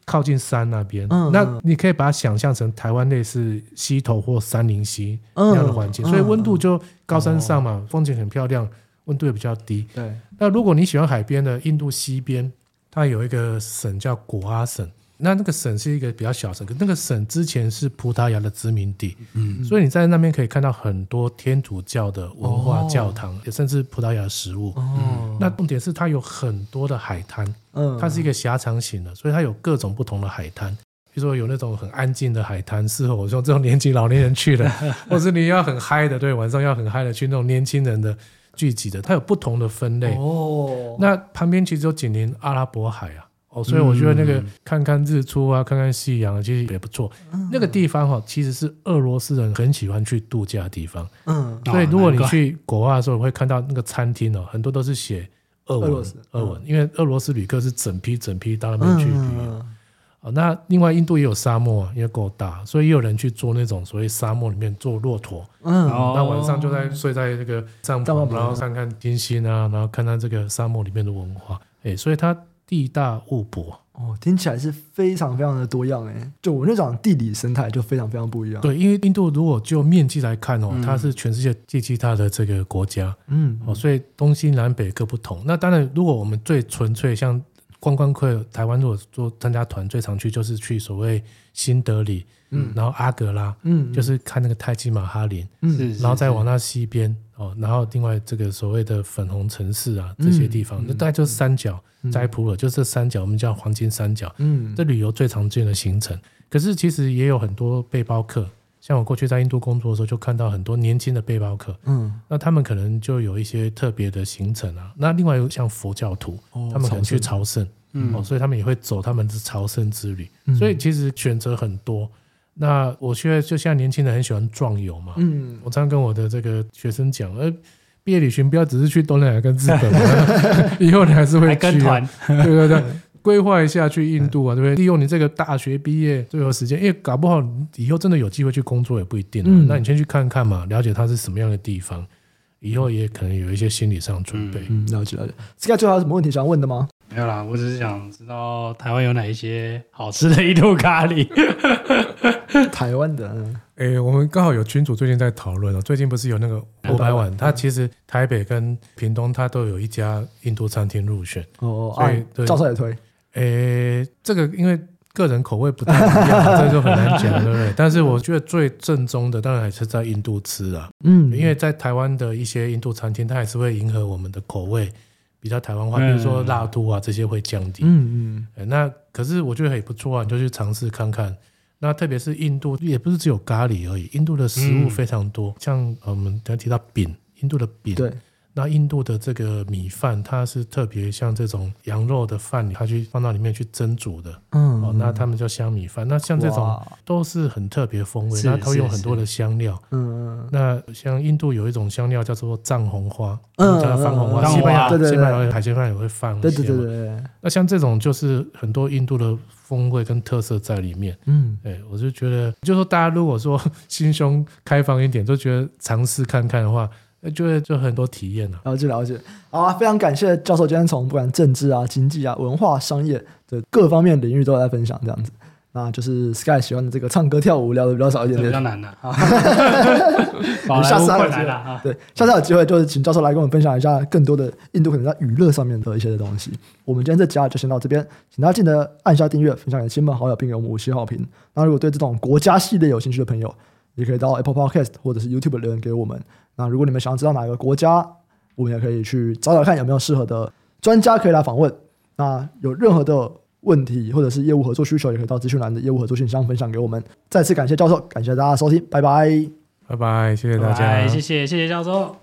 C: 靠近山那边，
A: 嗯
C: 那你可以把它想象成台湾类似溪头或山林溪
A: 嗯哦
C: 那样的环境，所以温度就高山上嘛，风景很漂亮，温度也比较低。
A: 对，
C: 那如果你喜欢海边的，印度西边它有一个省叫果阿省，那那个省是一个比较小省，可那个省之前是葡萄牙的殖民地，嗯，所以你在那边可以看到很多天主教的文化教堂，也甚至葡萄牙的食物。
A: 哦，
C: 那重点是它有很多的海滩，
A: 嗯
C: 嗯它是一个狭长型的，所以它有各种不同的海滩。比如说有那种很安静的海滩，适合我说这种年纪老年人去的，或是你要很嗨的，对，晚上要很嗨的去那种年轻人的聚集的，它有不同的分类。
A: 哦，
C: 那旁边其实有紧邻阿拉伯海啊，哦，所以我觉得那个看看日出啊，看看夕阳啊，其实也不错。那个地方哈、哦，其实是俄罗斯人很喜欢去度假的地方。
A: 嗯
B: 哦
C: 所以如果你
B: 难怪
C: 去国外的时候，会看到那个餐厅哦，很多都是写俄
A: 俄罗
C: 文
A: 斯，
C: 俄文，因为俄罗斯旅客是整批整批到那边去旅游。
A: 嗯
C: 哦，那另外印度也有沙漠，啊因为够大，所以也有人去做那种所谓沙漠里面做骆驼，
A: 嗯
B: 哦
C: 那晚上就在睡在这个帐
A: 帐篷
C: 篷，
A: 旁
C: 然后看看星星啊，然后看看这个沙漠里面的文化，哎，所以它地大物博。
A: 哦，听起来是非常非常的多样哎，就我那种地理生态就非常非常不一样，，
C: 对，因为印度如果就面积来看哦
B: 嗯，
C: 它是全世界最巨大的这个国家
A: 嗯
C: 哦，所以东西南北各不同。那当然，如果我们最纯粹像观光客，台湾如果做参加团，最常去就是去所谓新德里，
A: 嗯
C: 然后阿格拉，
A: 嗯，
C: 就是看那个泰姬玛哈林，
A: 嗯
B: 是，
C: 然后再往
B: 那
C: 那西边哦，然后另外这个所谓的粉红城市啊，这些地方，那大概就是三角斋普尔，就是这三角，我们叫黄金三角，
A: 嗯
C: 这旅游最常见的行程。可是其实也有很多背包客，像我过去在印度工作的时候，就看到很多年轻的背包客，
A: 嗯，
C: 那他们可能就有一些特别的行程啊。那另外有像佛教徒，
A: 哦
C: 他们可能去朝圣，
B: 嗯
C: 哦，所以他们也会走他们的朝圣之旅。
A: 嗯
C: 所以其实选择很多。那我觉得就现在年轻人很喜欢壮游嘛，
A: 嗯
C: 我常常跟我的这个学生讲，呃，毕业旅行不要只是去东南亚跟日本 *laughs* 嘛，以后你还是会
B: 还
C: 去、啊，
B: 跟团，
C: 对对 *laughs* 对，规划一下去印度啊，对不对？利用你这个大学毕业最后时间，因为搞不好以后真的有机会去工作也不一定、啊。
A: 嗯
C: 那你先去看看嘛，了解它是什么样的地方，以后也可能有一些心理上准备。
A: 嗯，了解了解。Sky 最后还有什么问题想问的吗？
B: 没有啦，我只是想知道台湾有哪一些好吃的印度咖喱。
A: 台湾的，嗯
C: 诶，我们刚好有群主最近在讨论哦，最近不是有那个
A: 五
C: 五
A: 百
C: 百
A: 碗
C: 碗，它其实台北跟屏东它都有一家印度餐厅入选。
A: 哦，
C: 所以
A: 哎，
C: 对
A: 教授也推，
C: 诶，这个因为个人口味不太一样， *laughs* 这就很难讲，对不对？但是我觉得最正宗的当然还是在印度吃啊，
A: 嗯
C: 因为在台湾的一些印度餐厅，它还是会迎合我们的口味，比较台湾化，比如说辣度啊这些会降低。
A: 嗯
C: 诶那可是我觉得也不错啊，你就去尝试看看。那特别是印度，也不是只有咖喱而已，印度的食物
B: 嗯
C: 非常多，像呃我们刚才提到饼，印度的饼
A: 嗯，，对，
C: 那印度的这个米饭，它是特别像这种羊肉的饭，它去放到里面去蒸煮的。
A: 嗯
C: 哦，那他们叫香米饭。那像这种
A: 哇
C: 都是很特别风味，
B: 是
C: 那它会用
B: 是
C: 很多的香料。
A: 嗯
C: 那像印度有一种香料叫做藏红花，
A: 嗯
C: 我们叫它番红
B: 嗯
C: 花。
B: 嗯
C: 西班牙
A: 对对对
C: 西班牙海鲜饭也会放一
A: 对
C: 些
A: 对对
C: 嘛
A: 对对，
C: 那像这种就是很多印度的风味跟特色在里面。
A: 嗯
C: 哎，我 *laughs* 就觉得，就说大家如果说心胸开放一点，就觉得尝试看看的话，哎就会就很多体验了、啊
A: 了解了解，好啊！非常感谢教授今天从不管政治啊、经济啊、文化、商业的各方面领域都有在分享这样子。那就是 Sky 喜欢的这个唱歌跳舞聊的比较少一点
B: 这比较
A: 点，
B: 难啊的，
A: *laughs* 我
B: 宝
A: 们下
B: 莱
A: 次
B: 坞
A: 还有
B: 困
A: 机
B: 难
A: 会
B: 了啊！
A: 对，下次有机会就是请教授来跟我们分享一下更多的印度可能在娱乐上面的一些的东西。我们今天这集啊就先到这边，请大家记得按下订阅、分享给亲朋好友，并给我们五星好评。那如果对这种国家系列有兴趣的朋友，也可以到 Apple Podcast 或者是 YouTube 留言给我们。那如果你们想要知道哪个国家，我们也可以去找找看有没有适合的专家可以来访问。那有任何的问题或者是业务合作需求，也可以到资讯栏的业务合作信箱分享给我们。再次感谢教授，感谢大家的收听，拜拜。
C: 拜拜，谢谢大家，
B: 拜拜谢谢谢谢教授。